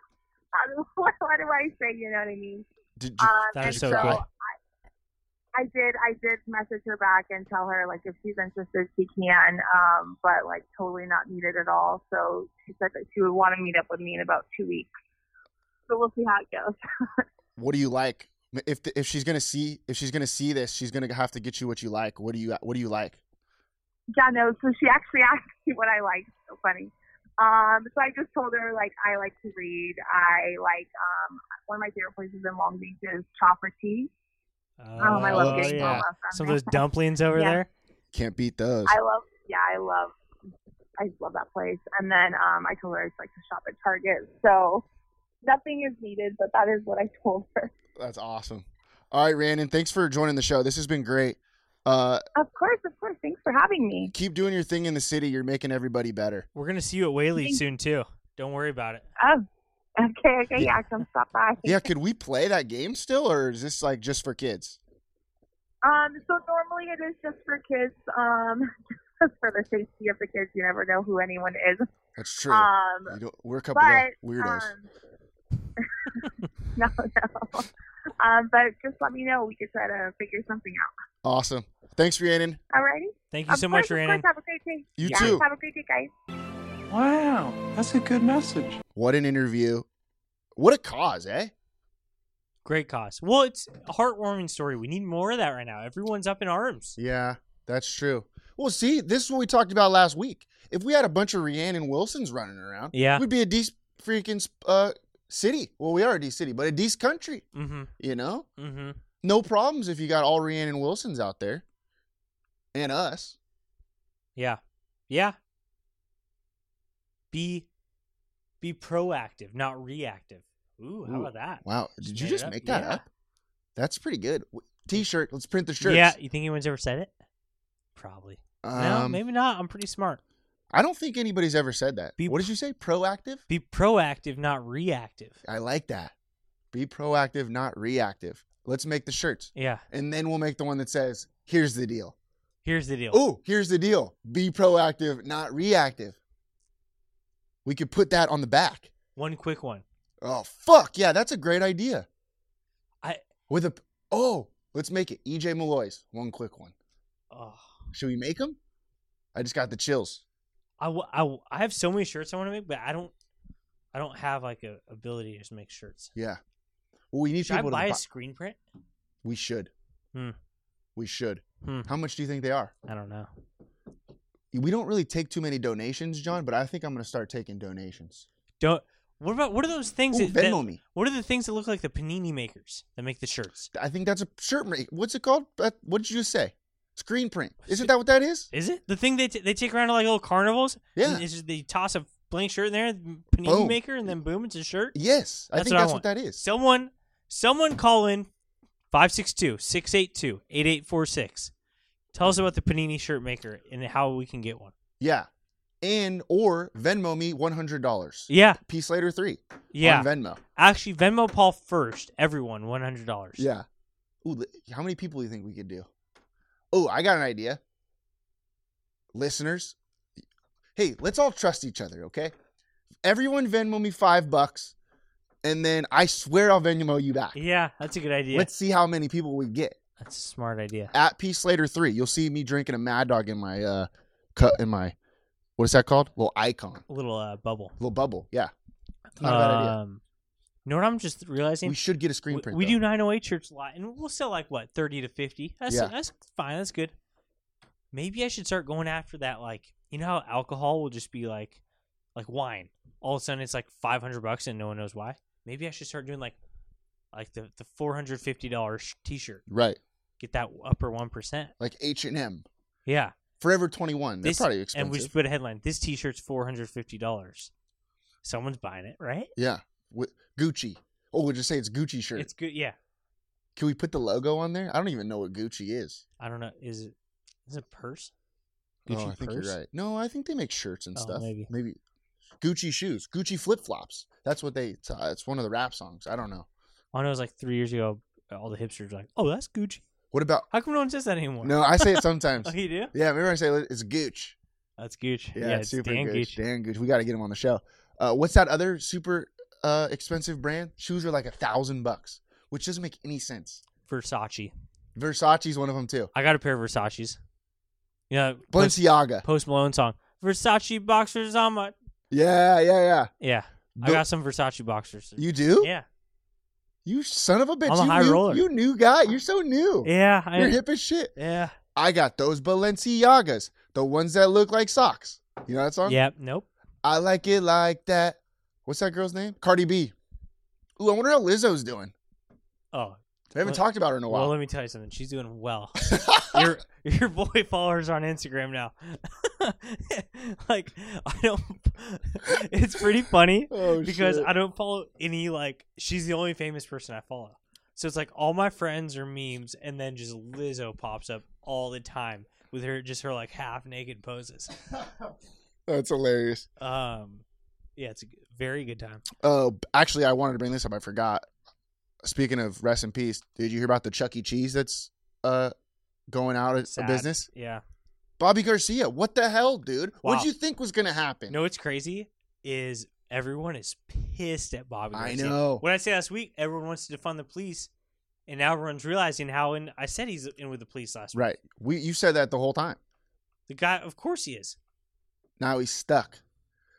how do, what, what do I say? You know what I mean? Did Um, you- That and is so so cool. I did I did message her back and tell her like if she's interested she can, um, but like totally not needed at all. So she said that she would want to meet up with me in about two weeks. So we'll see how it goes. what do you like? If the, if she's gonna see if she's gonna see this, she's gonna have to get you what you like. What do you What do you like? Yeah, no, so she actually asked me what I like. So funny. Um, so I just told her like I like to read. I like um one of my favorite places in Long Beach is Chopper Tea. Um, I love Oh, getting yeah. mama from Some of there. those dumplings over Yeah. there. Can't beat those. I love yeah, I love I just love that place. And then um I told her I like to shop at Target. So nothing is needed, but that is what I told her. That's awesome. All right, Randon. Thanks for joining the show. This has been great. Uh, Of course, of course. Thanks for having me. keep doing your thing in the city. You're making everybody better. We're gonna see you at Whaley Thank- soon too. Don't worry about it. Oh, Okay, okay, yeah, come stop by. Yeah, could we play that game still, or is this like just for kids? Um, so normally it is just for kids. Um, just for the safety of the kids, you never know who anyone is. That's true. Um, You don't- we're a couple but of weirdos. Um, no, no. Um, but just let me know. We could try to figure something out. awesome. Thanks, Rhiannon. Alrighty. Thank you Of so course, much, of Rhiannon. course. Have a great day. You yeah, too. Have a great day, guys. Wow, that's a good message. What an interview. What a cause, eh? Great cause. Well, it's a heartwarming story. We need more of that right now. Everyone's up in arms. Yeah, that's true. Well, see, this is what we talked about last week. If we had a bunch of Rhiannon Wilsons running around, Yeah. we'd be a decent freaking uh, city. Well, we are a decent city, but a decent country, Mm-hmm. you know? Mm-hmm. No problems if you got all Rhiannon Wilsons out there and us. Yeah. Yeah. Be be proactive, not reactive. Ooh, how Ooh, about that? Wow, did Just you made just it up. make that Yeah. up? That's pretty good. W- T-shirt. Let's print the shirts. Yeah, you think anyone's ever said it? Probably. no, Um, maybe not. I'm pretty smart. I don't think anybody's ever said that. Be- what did you say? Proactive? Be proactive, not reactive. I like that. Be proactive, not reactive. Let's make the shirts. Yeah. And then we'll make the one that says, here's the deal. Here's the deal. Oh, here's the deal. Be proactive, not reactive. We could put that on the back. One quick one. Oh, fuck. Yeah, that's a great idea. I- With a. Oh, let's make it. EJ Malloy's. One quick one. Oh, Should we make them? I just got the chills. I, w- I, w- I have so many shirts I want to make, but I don't I don't have like a ability to just make shirts. Yeah. Well, we need Should I people to buy a buy- screen print? We should. Hmm. We should. Hmm. How much do you think they are? I don't know. We don't really take too many donations, John, but I think I'm going to start taking donations. Don't. What about what are those things? Ooh, that, that- Venmo me. What are the things that look like the panini makers that make the shirts? I think that's a shirt make. What's it called? Uh, What did you say? Screen print. Isn't that what that is? Is it the thing they t- they take around to like little carnivals? Yeah. And it's just- they toss a blank shirt in there, panini Boom. maker, and then boom, it's a shirt. Yes. I That's think what I that's what want. that is. Someone, someone call in 562-682-8846. Tell us about the panini shirt maker and how we can get one. Yeah. And or Venmo me $100. Yeah, Peace later 3 yeah. on Venmo. Actually, Venmo Paul first. Everyone, one hundred dollars. Yeah. Ooh, li- how many people do you think we could do? Oh, I got an idea. Listeners, hey, let's all trust each other, okay? Everyone Venmo me five bucks, and then I swear I'll Venmo you back. Yeah, that's a good idea. Let's see how many people we get. that's a smart idea. At P Slater three, you'll see me drinking a Mad Dog in my uh, cut in my what is that called? Little icon, A little uh, bubble. little bubble. Yeah, not a bad idea. Um, You know what I'm just realizing? We should get a screen We- print. we though. do 908 shirts a lot, and we'll sell like what 30 to 50. That's Yeah. that's fine. That's good. Maybe I should start going after that. Like you know how alcohol will just be like like wine. All of a sudden it's like 500 bucks and no one knows why. Maybe I should start doing like like the the 450 dollar sh- t-shirt. right, Get that upper one percent. like H and M, Yeah, Forever Twenty One. They're this probably expensive. and we just put a headline. This t-shirt's 450 dollars. Someone's buying it, right? Yeah. With Gucci. Oh, we'll just say it's Gucci shirt. It's good. Yeah, Can we put the logo on there? I don't even know what Gucci is. I don't know. Is it is it a purse? oh, I think purse? you're right. No, I think they make shirts and Oh, stuff. maybe. Gucci shoes, Gucci flip flops. That's what they. It's, uh, it's one of the rap songs. I don't know. I know it was like three years ago. All the hipsters were like, "Oh, that's Gucci." What about? How come no one says that anymore? No, I say it sometimes. oh, you do? yeah, remember I say it's Gucci. That's Gucci. Yeah, it's super Dan Gucci. Gucci. Dan Gucci. We got to get him on the show. Uh, what's that other super uh, expensive brand? Shoes are like a thousand bucks, which doesn't make any sense. Versace. Versace's one of them too. I got a pair of Versace's. Yeah, Post, Balenciaga. Post Malone song. Versace boxers on my. Yeah, yeah, yeah. Yeah, I Go- got some Versace boxers. You do? Yeah, You son of a bitch. I'm a you high new, roller. You new guy. You're so new. yeah, I, You're hip as shit. yeah, I got those Balenciagas, the ones that look like socks. You know that song? yeah. Nope. I like it like that. What's that girl's name? Cardi B. Ooh, I wonder how Lizzo's doing. Oh, We haven't Well- talked about her in a well, while. let me tell you something. She's doing well. your your boy followers on Instagram now. like I don't. it's pretty funny. oh, because shit. I don't follow any like she's the only famous person I follow. So it's like all my friends are memes and then just Lizzo pops up all the time with her just her like half naked poses. That's hilarious. Um yeah, it's a g- Very good time. Oh, actually, I wanted to bring this up. I forgot. Speaking of rest in peace, did you hear about the Chuck E. Cheese that's uh going out of Sad. business? Yeah. Bobby Garcia, what the hell, dude? Wow. What'd you think was gonna happen? know what's crazy is everyone is pissed at Bobby. I Garcia. know. What I said last week, everyone wants to defund the police, and now everyone's realizing how. And I said he's in with the police last week. Right. We you said that the whole time. The guy, of course, he is. Now he's stuck.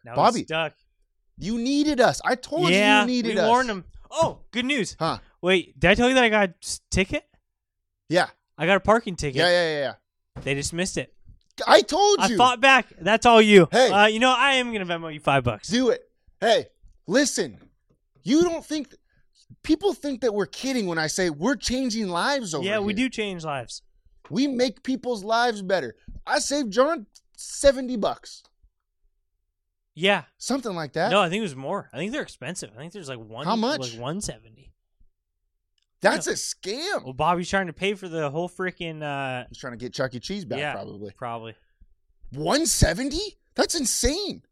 Now Bobby, he's stuck. You needed us. I told yeah, you you needed we us. warned him. Oh, good news. Huh. Wait, did I tell you that I got a s- ticket? Yeah. I got a parking ticket. Yeah, yeah, yeah, yeah. They dismissed it. I told I you. fought back. That's all you. Hey. uh, you know I am gonna Venmo you five bucks. Do it. Hey, listen. You don't think people think that we're kidding when I say we're changing lives over yeah, we here. do change lives. We make people's lives better. I saved John 70 bucks. Yeah. Something like that. No, I think it was more. I think they're expensive. I think there's like one. How much? Like one seventy. That's no. a scam. Well, Bobby's trying to pay for the whole freaking. Uh, He's trying to get Chuck E. Cheese back yeah, probably. Probably. 170? That's insane.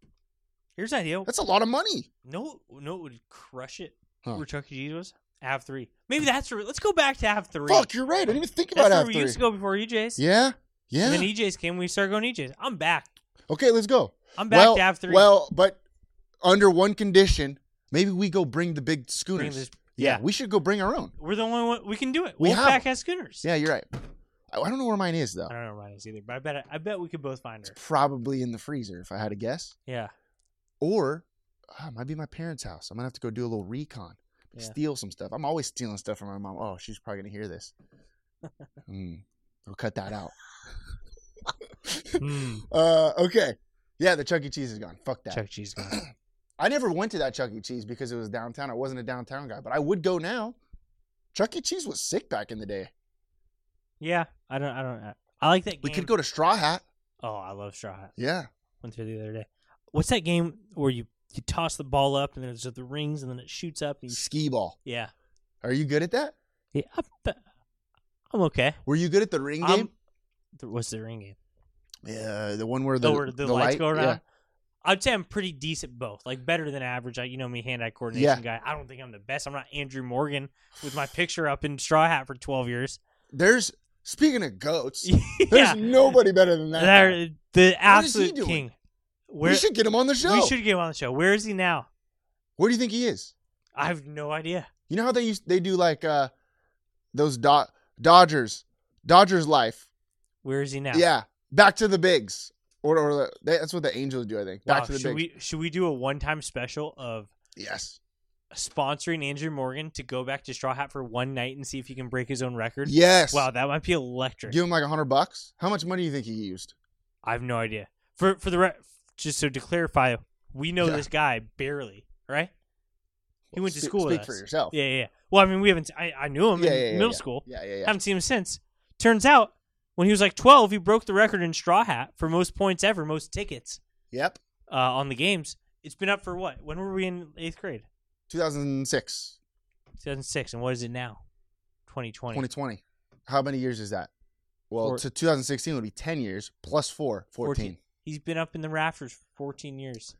Here's an idea. That's a lot of money. no, no, it would crush it. Huh. Where Chuck E. Cheese was. Have three. Maybe that's where. Let's go back to have three. Fuck, you're right. I didn't even think That's about where that. we used to go before EJ's. Yeah. And Yeah. then EJ's came. We started going EJ's. I'm back. okay, let's go. I'm back well, to have three. Well, but under one condition, maybe we go bring the big Bring scooters. this- yeah. yeah. we should go bring our own. we're the only one we can do it. We have Wolfpack them. has Schooners. Yeah, you're right. I, I don't know where mine is though. I don't know where mine is either, but I bet I bet we could both find her. It's probably in the freezer if I had to guess. Yeah. Or ah, it might be my parents' house. I'm gonna have to go do a little recon, Yeah. steal some stuff. I'm always stealing stuff from my mom. Oh, she's probably gonna hear this. mm, we'll cut that out. Hmm. uh, okay. Yeah, the Chuck E. Cheese is gone. Fuck that. Chuck E. Cheese gone. I never went to that Chuck E. Cheese because it was downtown. I wasn't a downtown guy, but I would go now. Chuck E. Cheese was sick back in the day. yeah, I don't. I don't. I like that. Game. We could go to Straw Hat. Oh, I love Straw Hat. Yeah. Went through the other day. What's that game where you you toss the ball up and then there's the rings and then it shoots up? And you, Skee ball. yeah. Are you good at that? Yeah. I'm, I'm okay. Were you good at the ring I'm- game? Th- What's the ring game? Yeah, the one where the, The, where the, the lights light- go around. yeah. I'd say I'm pretty decent both, like better than average. I, you know me, hand-eye Yeah. coordination guy. I don't think I'm the best. I'm not Andrew Morgan with my picture up in straw hat for 12 years. There's speaking of goats, there's yeah, nobody better than that. guy. They're the absolute doing? king. Where we should get him on the show. we should get him on the show. Where is he now? Where do you think he is? I have no idea. You know how they used they do like uh those Do- Dodgers, Dodgers life. Where is he now? Yeah. back to the bigs, or or the, that's what the Angels do. I think Wow, back to the should bigs. we should we do a one-time special of Yes. sponsoring Andrew Morgan to go back to straw hat for one night and see if he can break his own record? Yes. Wow, that might be electric. Give him like a hundred bucks. How much money do you think he used? I have no idea. For for the re- just so to clarify, we know Yeah. this guy barely, right? He went to Speak- school with Speak us. for yourself. Yeah, yeah. yeah. Well, I mean, we haven't. I, I knew him Yeah, in yeah, yeah, middle yeah. school. Yeah, yeah, yeah. Haven't seen him since. Turns out, when he was like twelve, he broke the record in straw hat for most points ever, most tickets Yep. uh, on the games. It's been up for what? When were we in eighth grade? 2006, 2006. And what is it now? 2020. 2020. How many years is that? Well, Four- to 2016 would be 10 years plus four, 14. He's been up in the rafters for 14 years.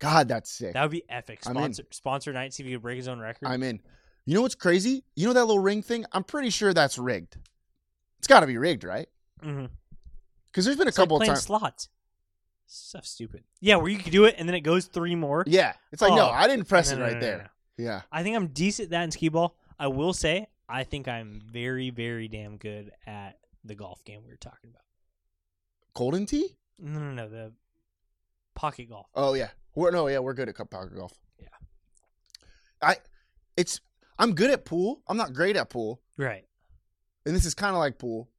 God, that's sick. That would be epic. I'm in. Sponsor sponsor night. See if he could break his own record. I'm in. You know what's crazy? You know that little ring thing? I'm pretty sure that's rigged. It's got to be rigged, right? Mhm. Because there's been a It's couple like of playing times. slots. Stuff stupid. Yeah, where you can do it and then it goes three more. yeah, it's like no, Oh. I didn't press No, it no, right no, no, there. no. Yeah, I think I'm decent at that in skee ball. I will say I think I'm very, very damn good at the golf game we were talking about. Colden tee? No, no, no, the pocket golf. Oh yeah, we're no, yeah, we're good at cup power golf. Yeah. I, it's I'm good at pool. I'm not great at pool, Right. and this is kind of like pool,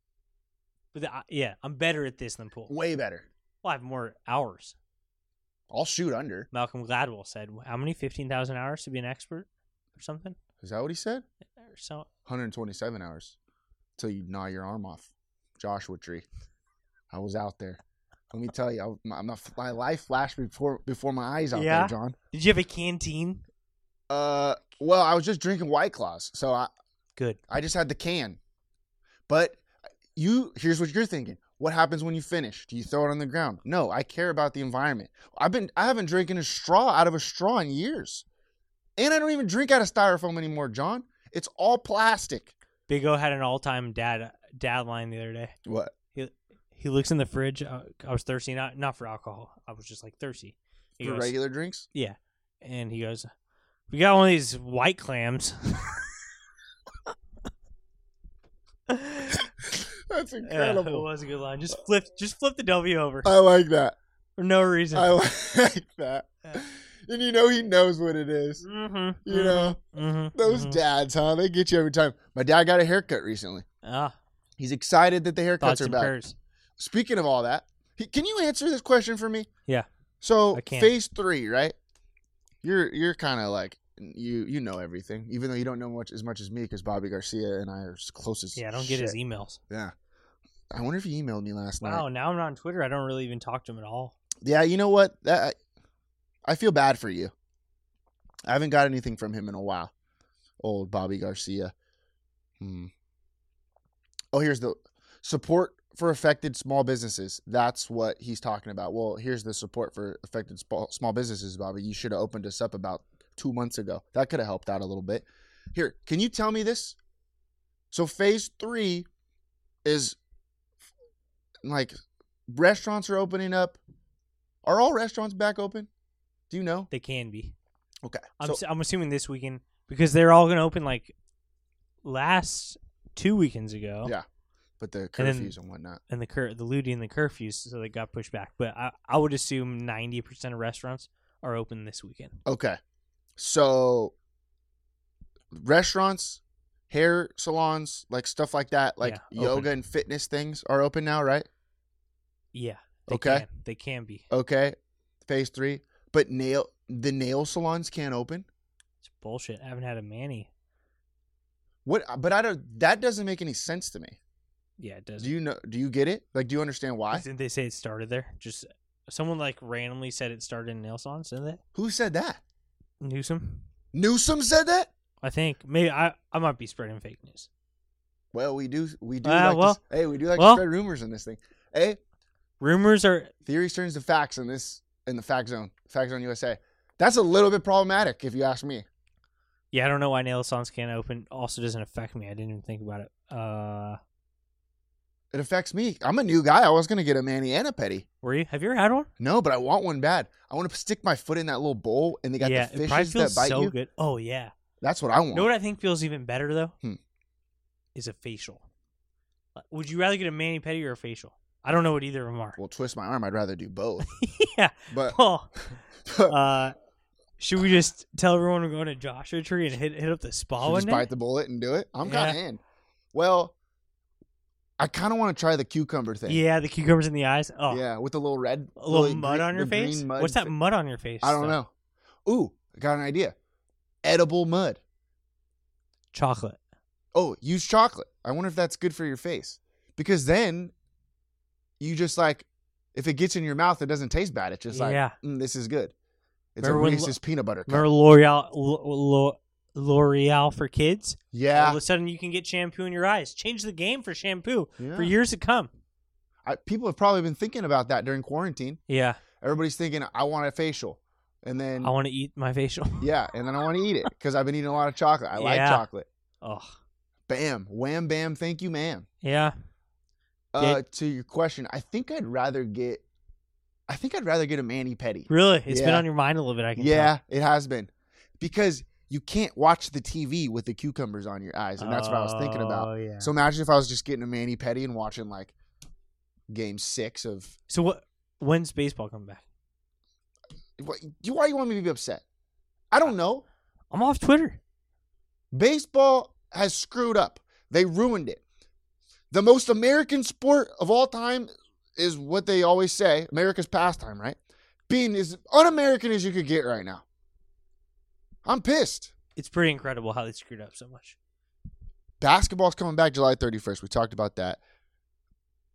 But the, I- yeah, I'm better at this than pool. way better. Well, I have more hours. I'll shoot under. Malcolm Gladwell said, "How many fifteen thousand hours to be an expert, or something, Is that what he said? or so?" 127 hours till you gnaw your arm off. Joshua Tree. I was out there. Let me tell you, I, my, my, my life flashed before before my eyes out Yeah? there, John. Did you have a canteen? Uh, well, I was just drinking White Claws, so I Good. I just had the can. But you, uh, here's what you're thinking: What happens when you finish? Do you throw it on the ground? No, I care about the environment. I've been I haven't drinking a straw out of a straw in years. And I don't even drink out of styrofoam anymore, John. It's all plastic. Big O had an all-time dad dad line the other day. What? He he looks in the fridge. Uh, I was thirsty, not not for alcohol. I was just like thirsty. He For goes- regular drinks? Yeah, and he goes, "We got one of these white clams." That's Yeah, it incredible. was a good line. Just flip, just flip the W over I like that. for no reason. I like that. And you know he knows what it is. mm-hmm, You know mm-hmm, those dads, huh? They get you every time. My dad got a haircut recently. ah, He's excited that the haircuts thoughts are and back. prayers. Speaking of all that, he, can you answer this question for me? Yeah. So I can. phase three, right? You're you're kind of like you you know everything, even though you don't know much as much as me because Bobby Garcia and I are s- close as Yeah, I don't get his shit. emails. yeah. I wonder if he emailed me last night. Wow, now I'm not on Twitter. I don't really even talk to him at all. Yeah, you know what? That I feel bad for you. I haven't got anything from him in a while. Old Bobby Garcia. Hmm. Oh, here's the support for affected small businesses. That's what he's talking about. Well, here's the support for affected small, small businesses, Bobby. You should have opened us up about two months ago. That could have helped out a little bit. Here, can you tell me this? So phase three is like restaurants are opening up. Are all restaurants back open? Do you know? They can be. Okay. I'm so, s- I'm assuming this weekend because they're all going to open like last two weekends ago. yeah, but the And then- curfews and whatnot. And the cur- the looting and the curfews, so they got pushed back. But I, I would assume ninety percent of restaurants are open this weekend. Okay. So restaurants, hair salons, like stuff like that, like Yeah, yoga open. and fitness things are open now, right? Yeah. They Okay. Can. They can be. Okay. Phase 3, but nail the nail salons can't open? It's bullshit. I haven't had a manny. What but I don't that doesn't make any sense to me. Yeah, it doesn't. Do you know do you get it? Like do you understand why? Didn't they say it started there? Just someone like randomly said it started in nail salons, didn't they? Who said that? Newsom, Newsom said that? I think. Maybe I I might be spreading fake news. Well, we do we do Ah, like to well. s- hey, we do like Well. to spread rumors in this thing. Hey, Rumors are theories turns to facts in this in the fact zone, fact zone USA. That's a little bit problematic if you ask me. yeah. I don't know why nail salons can't open. Also, doesn't affect me. I didn't even think about it. Uh, It affects me. I'm a new guy. I was gonna get a mani and a petty. were you? Have you ever had one? No, but I want one bad. I want to stick my foot in that little bowl and they got yeah, the it probably fishes feels that bite so you. good. Oh yeah. That's what I You want. know what I think feels even better though? Hmm. Is a facial. Uh, Would you rather get a mani pedi or a facial? I don't know what either of them are. well, twist my arm. I'd rather do both. yeah. But Well, uh, should we just tell everyone we're going to Joshua Tree and hit hit up the spa Should one just day? bite the bullet and do it. I'm kind Yeah. of in. Well, I kind of want to try the cucumber thing. yeah, the cucumbers in the eyes. Oh, Yeah, with the little red, a little really mud green- on your the green face. mud What's that fa- mud on your face? Uh, I don't stuff? know. Ooh, I got an idea. Edible mud. Chocolate. Oh, use chocolate. I wonder if that's good for your face. Because then you just like, if it gets in your mouth, it doesn't taste bad. It's just like, Yeah. mm, this is good. It's Remember a when- Reese's peanut butter cup. Remember L'Oreal L'O- L'O- L'Oreal for kids? All of yeah. a sudden, you can get shampoo in your eyes. Change the game for shampoo Yeah. for years to come. I, people have probably been thinking about that during quarantine. Yeah, Everybody's thinking, I want a facial. And then, I want to eat my facial. yeah, and then I want to eat it because I've been eating a lot of chocolate. I like Yeah. chocolate. oh, Bam, wham, bam. Thank you, ma'am. yeah. Uh, to your question, I think I'd rather get, I think I'd rather get a mani pedi. Really, It's been Yeah. on your mind a little bit. I can. Yeah, it has been. Because you can't watch the TV with the cucumbers on your eyes, and that's what I was thinking Oh, about. yeah. So imagine if I was just getting a mani petty and watching like game six of. tell. So what? When's baseball coming back? What, you, why you want me to be upset? I don't know. I'm off Twitter. Baseball has screwed up. They ruined it. The most American sport of all time is what they always say America's pastime, right? Being as un American as you could get right now. I'm pissed. It's pretty incredible how they screwed up so much. basketball's coming back July 31st. We talked about that.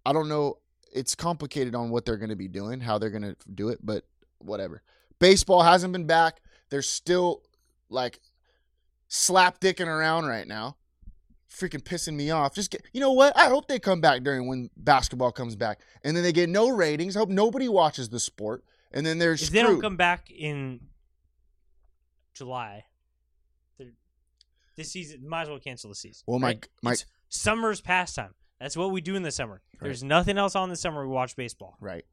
I don't know. It's complicated on what they're going to be doing, how they're going to do it, but whatever. Baseball hasn't been back. They're still like slap dicking around right now. freaking pissing me off. Just get, you know what? I hope they come back during when basketball comes back, and then they get no ratings. I hope nobody watches the sport, and then they're If screwed. they don't come back in July, they're- this season might as well cancel the season. well, my right? my It's summer's pastime. That's what we do in the summer. There's nothing else on the summer. We watch baseball. right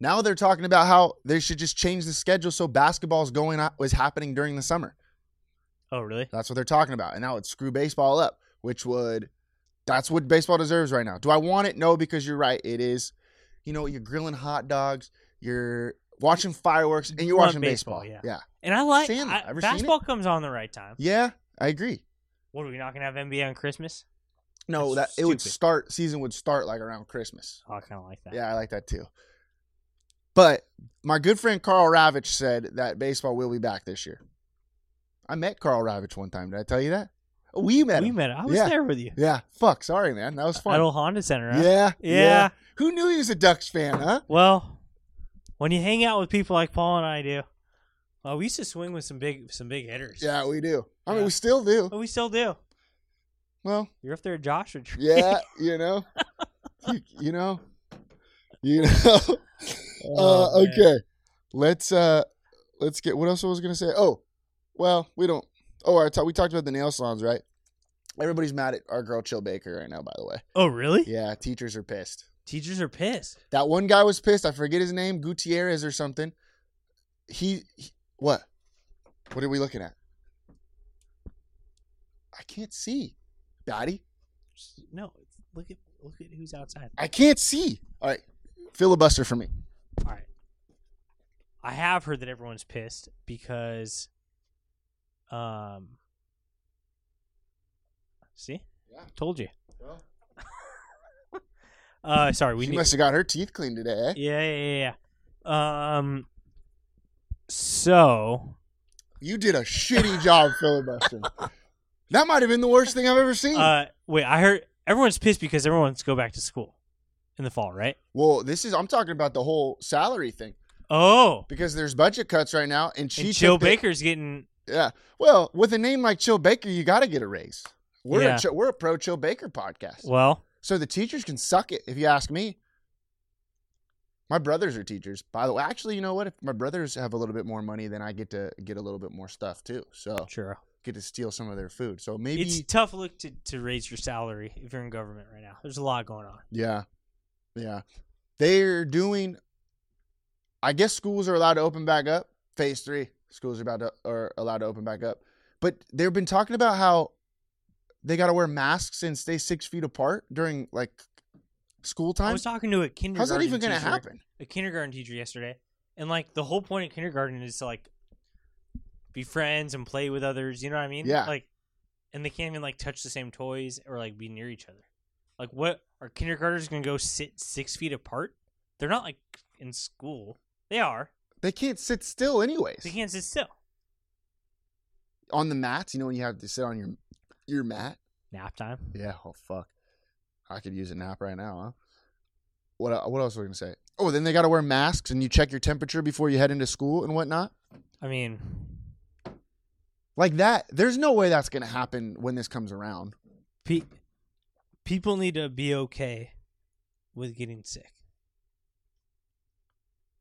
now they're talking about how they should just change the schedule so basketball is going on, is happening during the summer. Oh, really? That's what they're talking about, and now it's screw baseball up, which would that's what baseball deserves right now. Do I want it? No, because you're right. It is, you know, you're grilling hot dogs, you're watching fireworks, and you're Want watching baseball. baseball, yeah. yeah. And I like Seen it. I, Ever seen it? basketball comes on the right time. Yeah, I agree. What are we not gonna have NBA on Christmas? No, That's that it would stupid. start season would start like around Christmas. Oh, I kind of like that. Yeah, I like that too. But my good friend Carl Ravitch said that baseball will be back this year. I met Carl Ravitch one time. Did I tell you that? We met. we him. met. I was yeah. there with you Yeah. Fuck. Sorry, man. That was fun. at old Honda Center. Huh? Yeah, Yeah. Who knew he was a Ducks fan, huh? Well, when you hang out with people like Paul and I do, well, we used to swing with some big some big hitters. Yeah, we do. I mean, Yeah. we still do. But we still do. Well, You're up there, at Joshua. Tree. yeah, you know, you, you know, you know. uh, Oh, man. okay, let's uh, let's get. What else was I gonna say? Oh, well, we don't. Oh, I ta- we talked about the nail salons, right? Everybody's mad at our girl Chill Baker right now. By the way, Oh, really? yeah, teachers are pissed. Teachers are pissed. That one guy was pissed. I forget his name, Gutierrez or something. He, he what? What are we looking at? I can't see, Daddy. No, it's- look at look at who's outside. I can't see. All right, filibuster for me. All right. I have heard that everyone's pissed because, um, see, Yeah. told you. Well. uh, sorry, we We she need. must have got her teeth cleaned today. Eh? Yeah, yeah, yeah, yeah. Um, so You did a shitty job filibustering. That might have been the worst thing I've ever seen. uh, wait, I heard everyone's pissed because everyone wants to go back to school in the fall, right? well, this is I'm talking about the whole salary thing Oh, because there's budget cuts right now, and she and Joe took the- Baker's getting Yeah. Well, with a name like Chill Baker, you got to get a raise. We're Yeah. a Chill- we're a pro Chill Baker podcast, well. so the teachers can suck it if you ask me. My brothers are teachers, by the way. Actually, you know what? If my brothers have a little bit more money, then I get to get a little bit more stuff too. So Sure. get to steal some of their food. So maybe, It's tough look to, to raise your salary if you're in government right now. There's a lot going on. yeah, yeah, they're doing. I guess schools are allowed to open back up. Phase three schools are about to are allowed to open back up, but they've been talking about how they got to wear masks and stay six feet apart during like school I time. was talking to a kindergarten. How's that even going to teacher- happen? A kindergarten teacher yesterday, and like the whole point of kindergarten is to like be friends and play with others. You know what I mean? Yeah. Like, and they can't even like touch the same toys or like be near each other. Like, what are kindergartners going to go sit six feet apart? They're not like in school. They are. They can't sit still anyways They can't sit still. on the mats. You know when you have to sit on your your mat. Nap time. Yeah. Oh fuck. I could use a nap right now, huh? What el- What else were we gonna say? Oh, then they gotta wear masks and you check your temperature before you head into school and whatnot. I mean, Like that. There's no way that's gonna happen when this comes around. pe- people need to be okay with getting sick.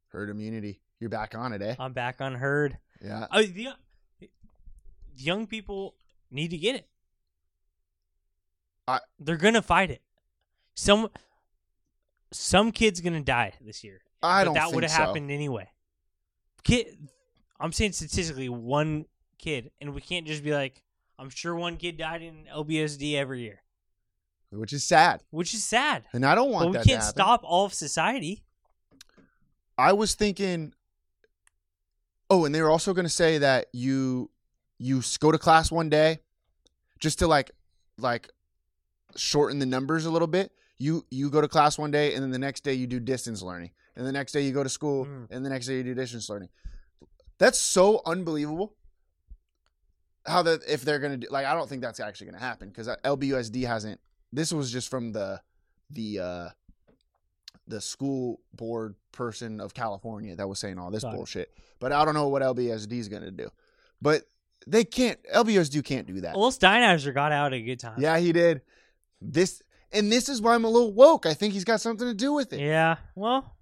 Herd immunity. You're back on it, eh? I'm back on herd. Yeah. I, Uh, the, young people need to get it. I- They're gonna fight it. Some some kid's gonna die this year. I but don't. That would think have so. happened anyway. Kid, I'm saying statistically, one kid, and we can't just be like, I'm sure one kid died in LBSD every year, which is sad. which is sad. And I don't want But we that to can't happen. stop all of society. I was thinking. Oh, and they were also going to say that you you s- go to class one day, just to like like shorten the numbers a little bit. You you go to class one day, and then the next day you do distance learning, and the next day you go to school, Mm. and the next day you do distance learning. That's so unbelievable. How that if they're gonna do like I don't think that's actually gonna happen uh, because LBUSD hasn't. This was just from the the uh the school board person of California that was saying all this Got it. bullshit. But I don't know what LBSD is going to do. But They can't. LBOSD can't do that. Old Steinhauser got out at a good time. Yeah, he did. This and this is why I'm a little woke. I think he's got something to do with it. Yeah. Well,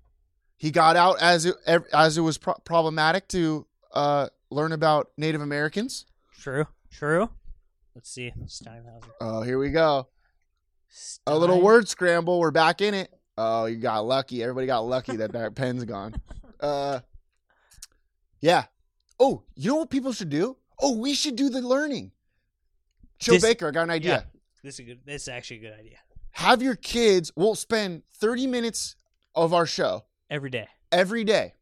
He got out as it ev- as it was pro- problematic to uh, learn about Native Americans. true. True. Let's see. Steinhauser. Oh, here we go. A little word scramble. We're back in it. Oh, you got lucky. Everybody got lucky that that pen's gone. Uh, yeah. Oh, you know what people should do? Oh, we should do the learning. Joe This- Baker, I got an idea. Yeah. This is a good. This is actually a good idea. Have your kids. We'll spend thirty minutes of our show Every day. every day.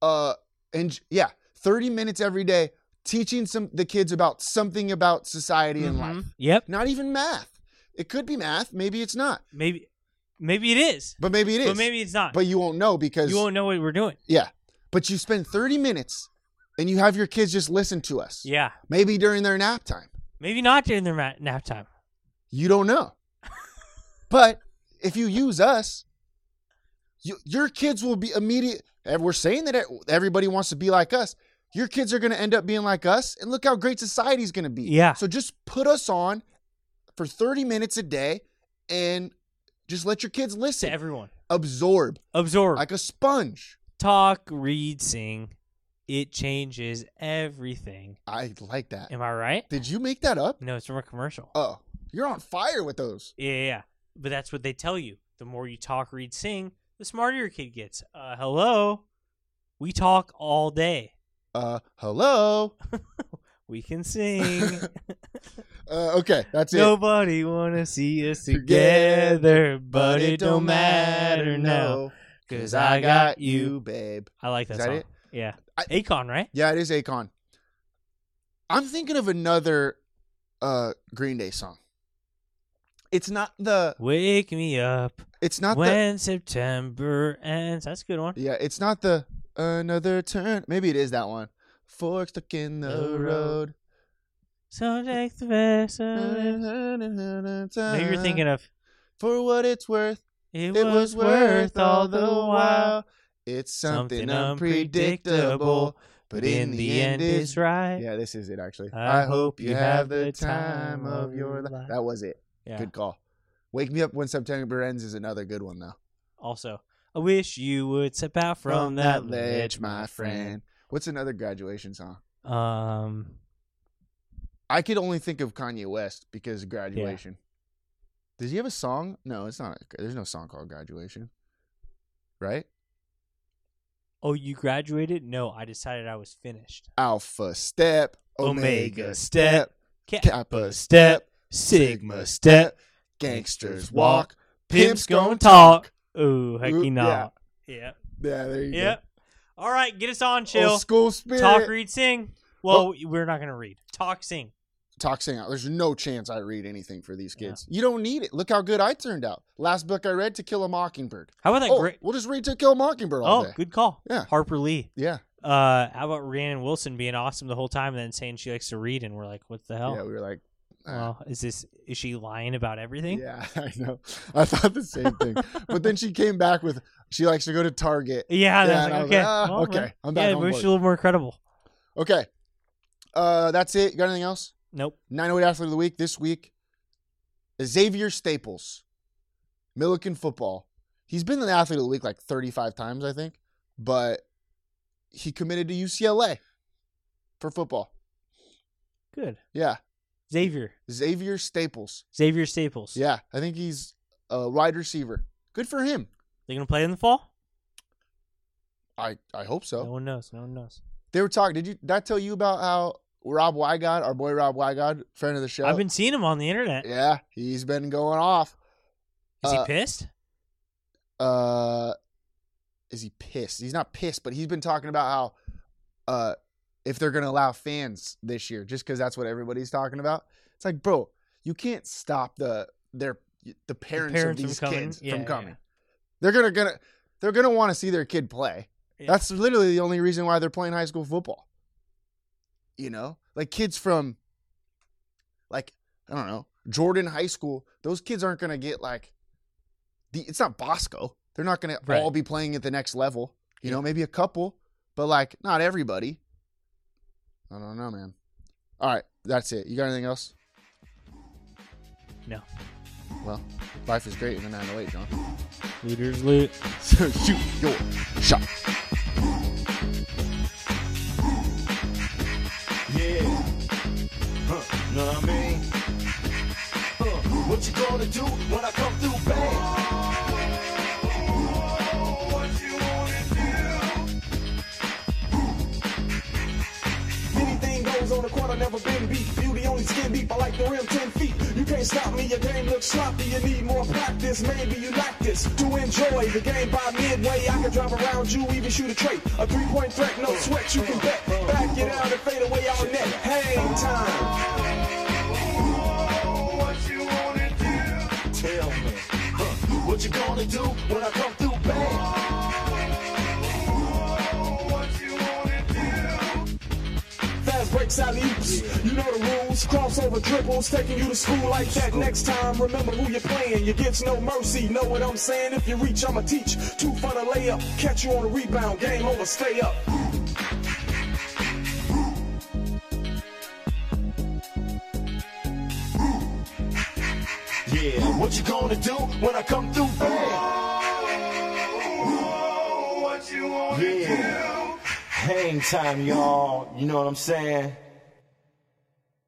Uh, and yeah, thirty minutes every day teaching some the kids about something about society and Mm-hmm. life. Yep. Not even math. It could be math. Maybe it's not. Maybe. Maybe it is. But maybe it is. But maybe it's not. But you won't know because you won't know what we're doing. yeah. But you spend thirty minutes, and you have your kids just listen to us. Yeah. Maybe during their nap time. Maybe not during their ma- nap time. You don't know. but if you use us, you, your kids will be immediate. And we're saying that e, everybody wants to be like us. Your kids are going to end up being like us, and look how great society's going to be. Yeah. So just put us on for 30 minutes a day and just let your kids To listen, everyone. absorb Absorb. like a sponge. Talk, read, sing. It changes everything. I like that. Am I right? Did you make that up? No, it's from a commercial. Oh, you're on fire with those. Yeah, yeah, yeah. But that's what they tell you. The more you talk, read, sing, the smarter your kid gets. Uh, hello. We talk all day. Uh, hello. We can sing. Uh, okay, that's it. Nobody wanna see us together, but it don't matter now. Cause I got you. babe. I like that, Is that song. it? Yeah. I- Akon, right? Yeah, it is Akon. I'm thinking of another uh Green Day song. It's not the Wake me up it's not when September ends. That's a good one. the Yeah, it's not the another turn. Maybe it is that one. Fork stuck in the The road. road. So take the best of it. Maybe Maybe you're thinking of for what it's worth. it, It, was worth all the while. It's something, unpredictable, but in the end, it's right. right. Yeah, this is it actually. I I hope hope you you have have the the time time of of your your life. life. That was it. Yeah. Good call. Wake me up when September ends is another good one though. Also, I wish you would step out from, that ledge, my friend. What's another graduation song? Um, I could only think of Kanye West because of graduation. Does he have a song? No, it's not. There's no song called Graduation, right? oh, you graduated? No, I decided I was finished. Alpha step, omega, step, Ca- kappa step, sigma step, gangsters walk, pimps gonna gonna talk. Ooh, hecky Ooh, no. Yeah. Yeah, there you Yeah. go. All right, get us on, Old chill. school spirit. Oh. Talk, read, sing. Well, we're not gonna read. Talk, sing. talk sing out. There's no chance I read anything for these kids. You don't need it. Look how good I turned out. Last book I read, To Kill a Mockingbird. How about that Oh, great? we'll just read To Kill a Mockingbird all Oh, day. good call. Yeah. Harper Lee. Yeah. Uh, how about Rhiannon Wilson being awesome the whole time, and then saying she likes to read, and we're like, what the hell? Yeah, we were like, uh, Well, is this is she lying about everything? yeah, I know. I thought the same thing. but then she came back with, she likes to go to Target. Yeah, Yeah, that's and I like, was okay, like, ah, well, okay, well, I'm back Yeah, on maybe board. she's a little more credible. Okay. Uh, that's it. You got anything else? Nope. 908 Athlete of the Week this week. Xavier Staples, Milliken football. He's been the athlete of the week like 35 times, I think, but he committed to UCLA for football. Good. Yeah. Xavier. Xavier Staples. Xavier Staples. Yeah. I think he's a wide receiver. Good for him. They gonna play in the fall? I, I hope so. No one knows. No one knows. They were talking. Did you did I tell you about how Rob Wygod, our boy Rob Wygod, friend of the show? I've been seeing him on the internet. Yeah, he's been going off. Is uh, he pissed? uh is he pissed? He's not pissed, but he's been talking about how uh if they're gonna allow fans this year, just because that's what everybody's talking about. It's like, bro, you can't stop the their the parents, parents of from these coming? kids Yeah, from yeah, coming. yeah. They're gonna gonna they're gonna want to see their kid play. Yeah. That's literally the only reason why they're playing high school football. You know? Like kids from like, I don't know, Jordan High School, those kids aren't gonna get like the it's not Bosco. They're not gonna Right. all be playing at the next level. You know, maybe a couple, but like not everybody. I don't know, man. All right, that's it. You got anything else? No. Well, life is great in the 908, John. Looters loot. So shoot your shot. Yeah. Huh, know what I mean? Huh, what you gonna do when I come through, bang? Anything goes on the court, I never been beat. Beauty only skin deep, I like the rim 10 feet. You can't stop me, your game looks sloppy. You need more practice, maybe you like this. To enjoy the game by midway, I can drive around you, even shoot a trait. A three point threat, no sweat, you can bet. Back it out and fade away all net. Hang time. Tell me, huh, what you gonna do when I come through, bang? Fast breaks out leaps. You know the rules. Crossover dribbles, taking you to school like that. Next time, remember who you're playing. You gets no mercy. Know what I'm saying? If you reach, I'ma teach. Two for the layup. Catch you on the rebound. Game over. Stay up. Yeah, what you gonna do when I come through? Bang. what you wanna do? Hang time, y'all. You know what I'm saying?